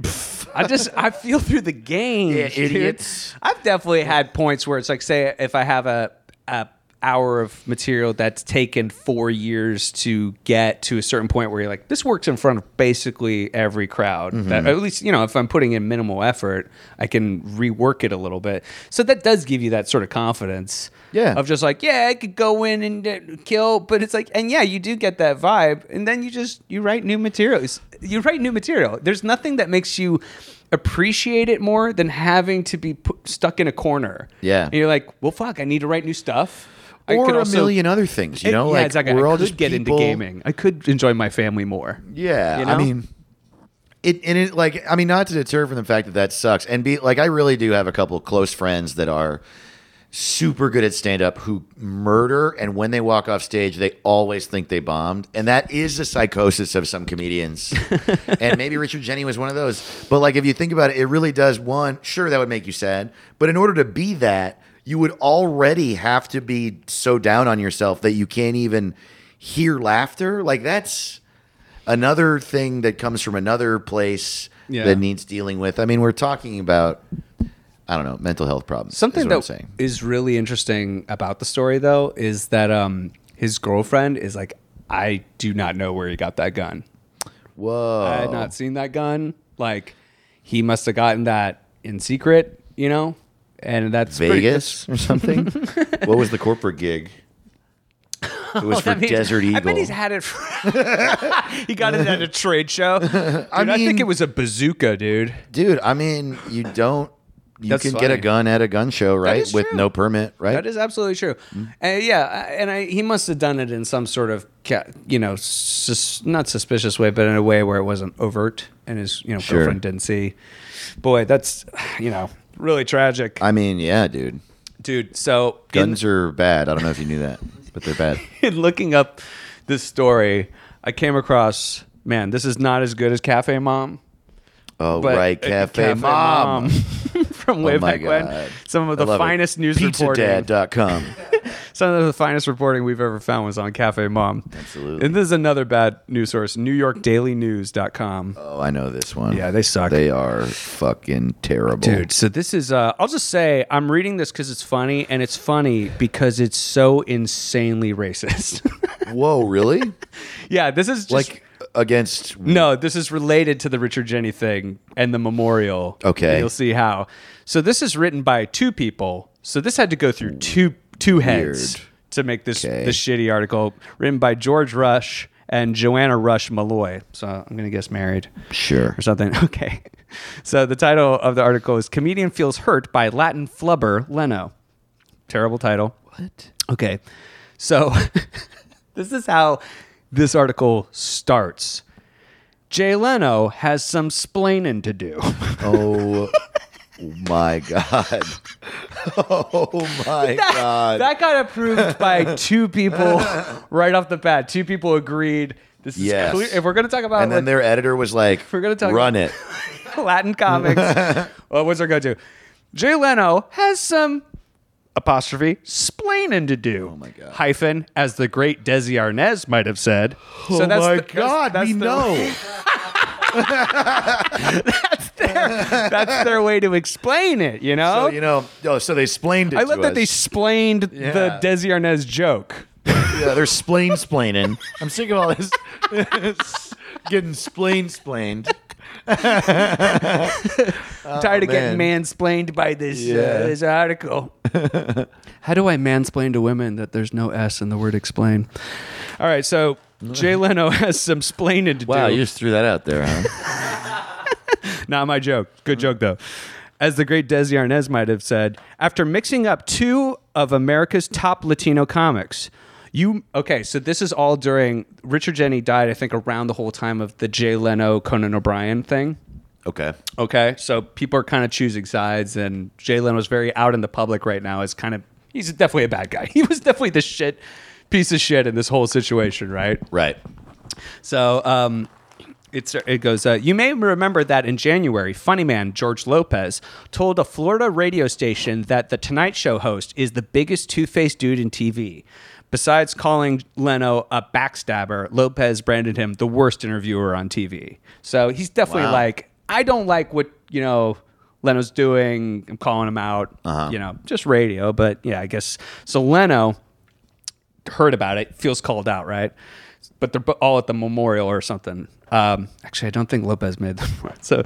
I just I feel through the game. Yeah, idiots. I've definitely had points where it's like, say, if I have a, a hour of material that's taken four years to get to a certain point where you're like, this works in front of basically every crowd. Mm-hmm. That, at least, you know, if I'm putting in minimal effort, I can rework it a little bit. So that does give you that sort of confidence. Yeah. Of just like, yeah, I could go in and uh, kill, but it's like, and yeah, you do get that vibe, and then you just you write new materials. You write new material. There's nothing that makes you appreciate it more than having to be put, stuck in a corner. Yeah. and you're like, well, fuck, I need to write new stuff. I or could a also- million other things, you know. yeah, like exactly. we're I all could just get people- into gaming. I could enjoy my family more. Yeah, You I know? mean, it and it like I mean, not to deter from the fact that that sucks, and be like, I really do have a couple of close friends that are super good at stand up who murder, and when they walk off stage, they always think they bombed, and that is the psychosis of some (laughs) comedians, and maybe Richard Jenny was one of those. But like, if you think about it, it really does. One, sure, that would make you sad, but in order to be that. You would already have to be so down on yourself that you can't even hear laughter. Like that's another thing that comes from another place Yeah. that needs dealing with. I mean, we're talking about I don't know mental health problems. Something is what that I'm is saying. really interesting about the story, though, is that um, his girlfriend is like, I do not know where he got that gun. Whoa! I had not seen that gun. Like, he must have gotten that in secret, you know? And that's pretty- (laughs) Vegas or something. what was the corporate gig? It was for I mean, Desert Eagle. Oh, I bet he's had it. For, (laughs) he got (laughs) it at a trade show. Dude, I, mean- think it was a bazooka, dude. Dude, I mean, you don't. You That's can get a funny. gun at a gun show, right? is With true. no permit, right? That is absolutely true. Mm. And yeah, I- and I, he must have done it in some sort of, ca- you know, sus, not suspicious way, but in a way where it wasn't overt, and his, you know, Sure. girlfriend didn't see. Boy, that's, (sighs) you know, really tragic, I mean, yeah, dude. dude. So in, Guns are bad. I don't know if you knew that, but they're (laughs) bad. in looking up this story, I came across, man, this is not as good as Cafe Mom. Oh, but right, a Cafe, Mom. (laughs) from way Oh my back when. God. Some of I the love it. finest news reporting. PizzaDad.com. Some of the finest reporting we've ever found was on Cafe Mom. Absolutely. And this is another bad news source, NewYorkDailyNews.com. oh, I know this one. Yeah, they suck. They are fucking terrible, Dude, so this is, uh, I'll just say, I'm reading this because it's funny, and it's funny because it's so insanely racist. (laughs) Whoa, really? yeah, this is just. like against No, this is related to the Richard Jenny thing and the memorial. Okay. You'll see how. So this is written by two people. So this had to go through two two heads Weird. to make this Okay. this shitty article written by George Rush and Joanna Rush Malloy. So I'm going to guess married Sure. or something. (laughs) Okay. So the title of the article is Comedian Feels Hurt by Latin Flubber Leno. Terrible title. What? Okay. So (laughs) this is how this article starts. Jay Leno has some splaining to do. (laughs) Oh my god. Oh my god. that got approved by (laughs) two people right off the bat. Two people agreed. This is Yes. clear. If we're going to talk about And then like, their editor was like, We're gonna talk- "Run it." Latin comics, well, what's our go-to? Jay Leno has some apostrophe splaining to do. Oh my god! Hyphen, as the great Desi Arnaz might have said. Oh so that's my the- God, we the- know. (laughs) that's their way to explain it. You know. So you know, oh, so they splained it. I to love that they us. splained Yeah. the Desi Arnaz joke. Yeah, they're splain splaining. I'm sick of all this (laughs) getting splain splained. Tired of Oh, man. getting mansplained by this uh, Yeah. this (laughs) article. How do I mansplain to women that there's no S in the word explain? All (laughs) right, so Jay Leno has some splaining to Wow, do. you just threw that out there, huh? Not my joke. Good joke though. As the great Desi Arnaz might have said, after mixing up two of America's top Latino comics, you okay? So this is all during Richard Jenny died. I think around the whole time of the Jay Leno Conan O'Brien thing. Okay. Okay, so people are kind of choosing sides, and Jay Leno's very out in the public right now. Is kind of he's definitely a bad guy. (laughs) He was definitely the shit piece of shit in this whole situation, right? Right. So um, it's, it goes, uh, you may remember that in January, funny man George Lopez told a Florida radio station that the Tonight Show host is the biggest two faced dude in TV. Besides calling Leno a backstabber, Lopez branded him the worst interviewer on TV. So he's definitely Wow. like, I don't like what, you know, Leno's doing. I'm calling him out, you know, just radio. But yeah, I guess. So Leno heard about it, feels called out, right? But they're bo- all at the memorial or something. Um, actually, I don't think Lopez made them. (laughs) So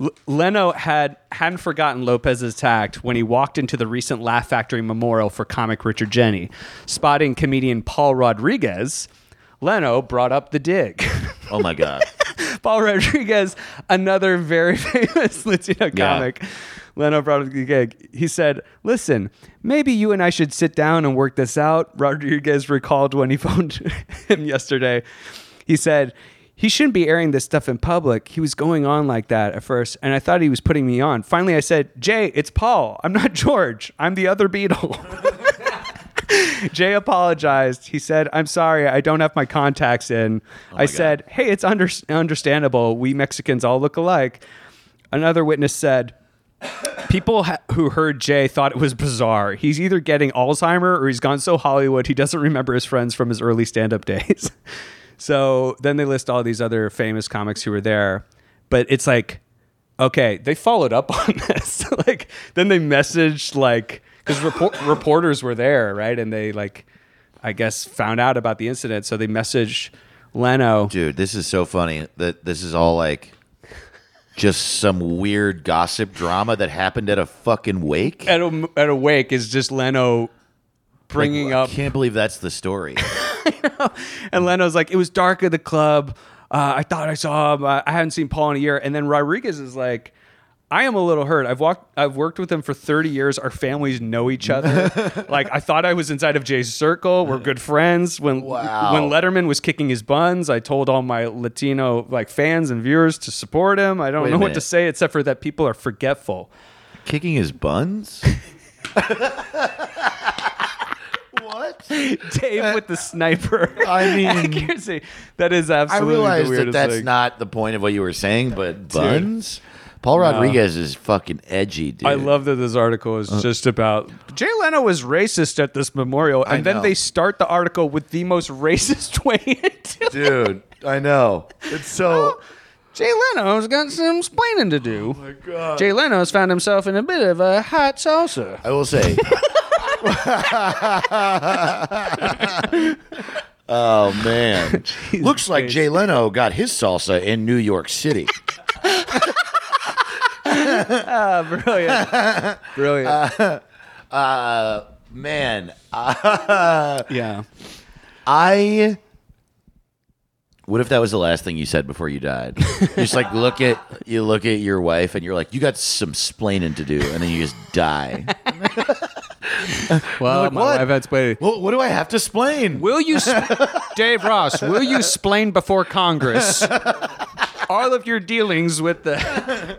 L- Leno had hadn't forgotten Lopez's tact when he walked into the recent Laugh Factory memorial for comic Richard Jenny, spotting comedian Paul Rodriguez. Leno brought up the dig. (laughs) Oh my god. Paul Rodriguez, another very (laughs) famous Latino Yeah. comic. Leno brought up the gig. He said, Listen, maybe you and I should sit down and work this out. Rodriguez recalled when he (laughs) phoned him yesterday. He said, he shouldn't be airing this stuff in public. He was going on like that at first, and I thought he was putting me on. Finally, I said, Jay, it's Paul. I'm not (laughs) George. I'm the other Beatle. (laughs) Jay apologized. He said, "I'm sorry, I don't have my contacts in." I said, "Hey, it's under- understandable. We Mexicans all look alike." Another witness said, "People ha- who heard Jay thought it was bizarre. He's either getting Alzheimer or he's gone so Hollywood he doesn't remember his friends from his early stand-up days." (laughs) so then they list all these other famous comics who were there, but it's like okay they followed up (laughs) on this like then they messaged like because repor- reporters were there right and they like i guess found out about the incident so they messaged leno Dude, this is so funny that this is all like just some weird gossip drama that happened at a fucking wake. at a, at a wake is just leno bringing I (laughs) up can't believe that's the story. and Leno's like, it was dark at the club. Uh, I thought I saw him. Uh, I hadn't seen Paul in a year. And then Rodriguez is like, I am a little hurt. I've walked. I've worked with him for 30 years. Our families know each (laughs) other. like I thought I was inside of Jay's circle. We're good friends. When Wow. when Letterman was kicking his buns, I told all my Latino like fans and viewers to support him. I don't Wait a know what minute. to say except for that people (laughs) are forgetful. Kicking his buns? What? Dave with the sniper. (laughs) I mean, Accuracy. that is I absolutely realize that the weirdest that's thing. not the point of what you were saying, but buns. Paul Rodriguez is fucking edgy, dude. I love that this article Uh, is just about Jay Leno was racist at this memorial, and then know. they start the article with the most (laughs) racist way into it. (laughs) dude. I know. It's so. Jay Leno's got some explaining to do. Oh my God. Jay Leno's found himself in a bit of a hot salsa. I will say. oh man! Looks like Jay Leno got his salsa in New York City. (laughs) (laughs) Brilliant. Brilliant. Uh, man, (laughs) yeah. I. What if that was the last thing you said before you died? You just like look at you look at your wife and you're like, you got some splaining to do, and then you just die. Well, my what? wife had splayed. well, what do I have to splain? Will you, (laughs) sp- Dave Ross? Will you splain before Congress all of your dealings with (laughs) the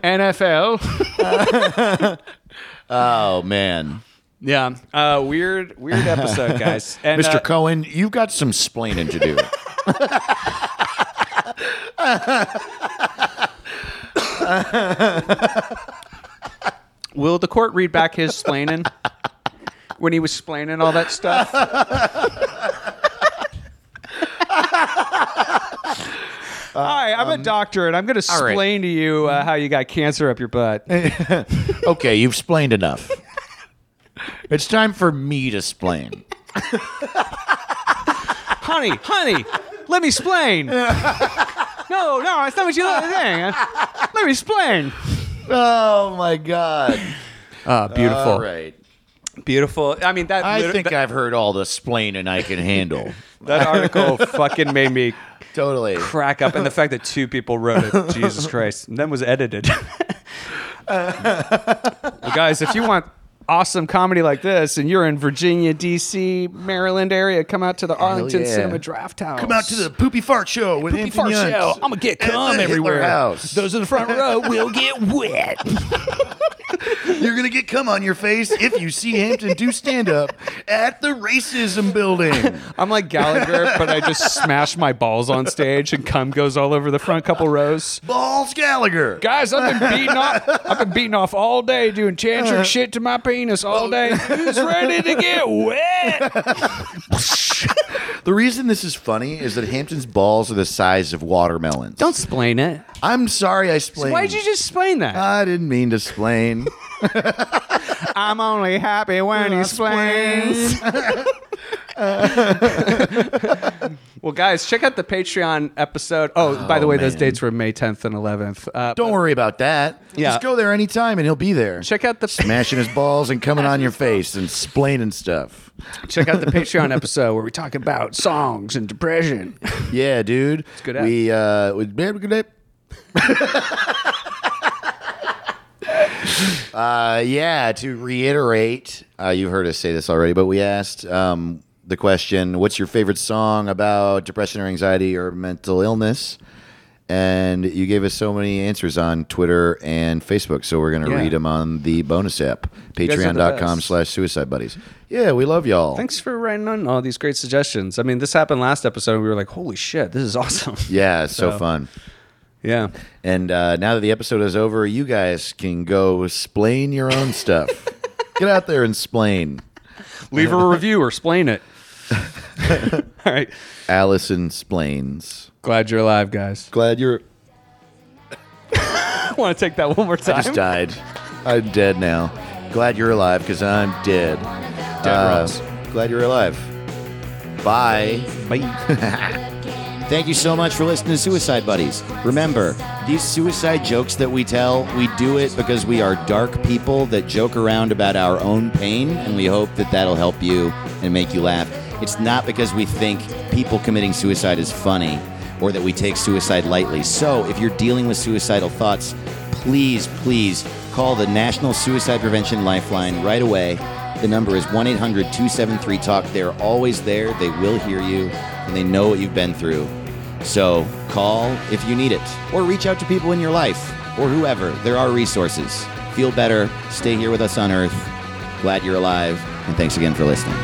NFL? Oh man, Yeah. Uh, weird, weird episode, (laughs) guys. And, Mr. uh, Cohen, you've got some splaining to do. will the court read back his (laughs) splaining when he was splaining all that (laughs) stuff? Hi, I'm a doctor, and I'm going to right. explain to you uh, how you got cancer up your butt. okay, you've splained enough. It's time for me to splain. honey, honey, let me (laughs) explain. no, no, that's not what you think. Let me explain. Oh my god! Ah, beautiful. All right, Beautiful. I mean, that Uh, I lit- think that, I've heard all the splaining I can handle. that article fucking made me (laughs) Totally. crack up, and the fact that two people wrote (laughs) it, Jesus Christ, and then was edited. (laughs) Well, guys, if you want awesome comedy like this, and you're in Virginia, D.C., Maryland area, come out to the Arlington yeah. Cinema Draft House. Come out to the poopy fart show with poopy fart show. I'm gonna get cum everywhere. House. Those in the front (laughs) row will get wet. You're gonna get cum on your face if you see Hampton do stand up at the racism building. I'm like Gallagher, but I just smash my balls on stage, and cum goes all over the front couple rows. Balls Gallagher. Guys, I've been beating off. I've been beating off all day, doing tantric shit to my penis all day. Who's ready to get wet? The reason this is funny is that Hampton's balls are the size of watermelons. Don't explain it. I'm sorry I splained. Why'd you just explain that? I didn't mean to splain. (laughs) I'm only happy when he explains. (laughs) well, guys, check out the Patreon episode. Oh, by the way, those man. dates were May 10th and 11th. Uh, Don't worry about that. Yeah. Just go there anytime and he'll be there. Check out the Smashing his balls and coming on your face and splaining stuff. check out the Patreon episode where we talk about songs and depression. Yeah, dude. It's good app. We uh we good app. (laughs) uh yeah, to reiterate, uh you heard us say this already, but we asked um the question, what's your favorite song about depression or anxiety or mental illness? And you gave us so many answers on Twitter and Facebook, so we're gonna Yeah. read them on the bonus app, guys are the best. patreon.com slash suicide buddies. Yeah, we love y'all. Thanks for writing on all these great suggestions. I mean, this happened last episode, and we were like, "Holy shit, this is (laughs) awesome!" Yeah, it's so So- fun. Yeah, And uh, now that the episode is over, you guys can go splain your own stuff. Get out there and splain. leave a review or explain (laughs) it. all right, Allison splains. glad you're alive, (laughs) guys. Glad you're. I want to take that one more I time. just died. I'm dead now. Glad you're alive because I'm dead. Uh, glad you're alive. Bye. (laughs) Thank you so much for listening to Suicide Buddies. Remember, these suicide jokes that we tell, we do it because we are dark people that joke around about our own pain, and we hope that that'll help you and make you laugh. It's not because we think people committing suicide is funny or that we take suicide lightly. So if you're dealing with suicidal thoughts, please, please call the National Suicide Prevention Lifeline right away. The number is 1 800 273 TALK. They're always there, they will hear you, and they know what you've been through. So call if you need it, or reach out to people in your life, or whoever. There are resources. Feel better, stay here with us on Earth. Glad you're alive, and thanks again for listening.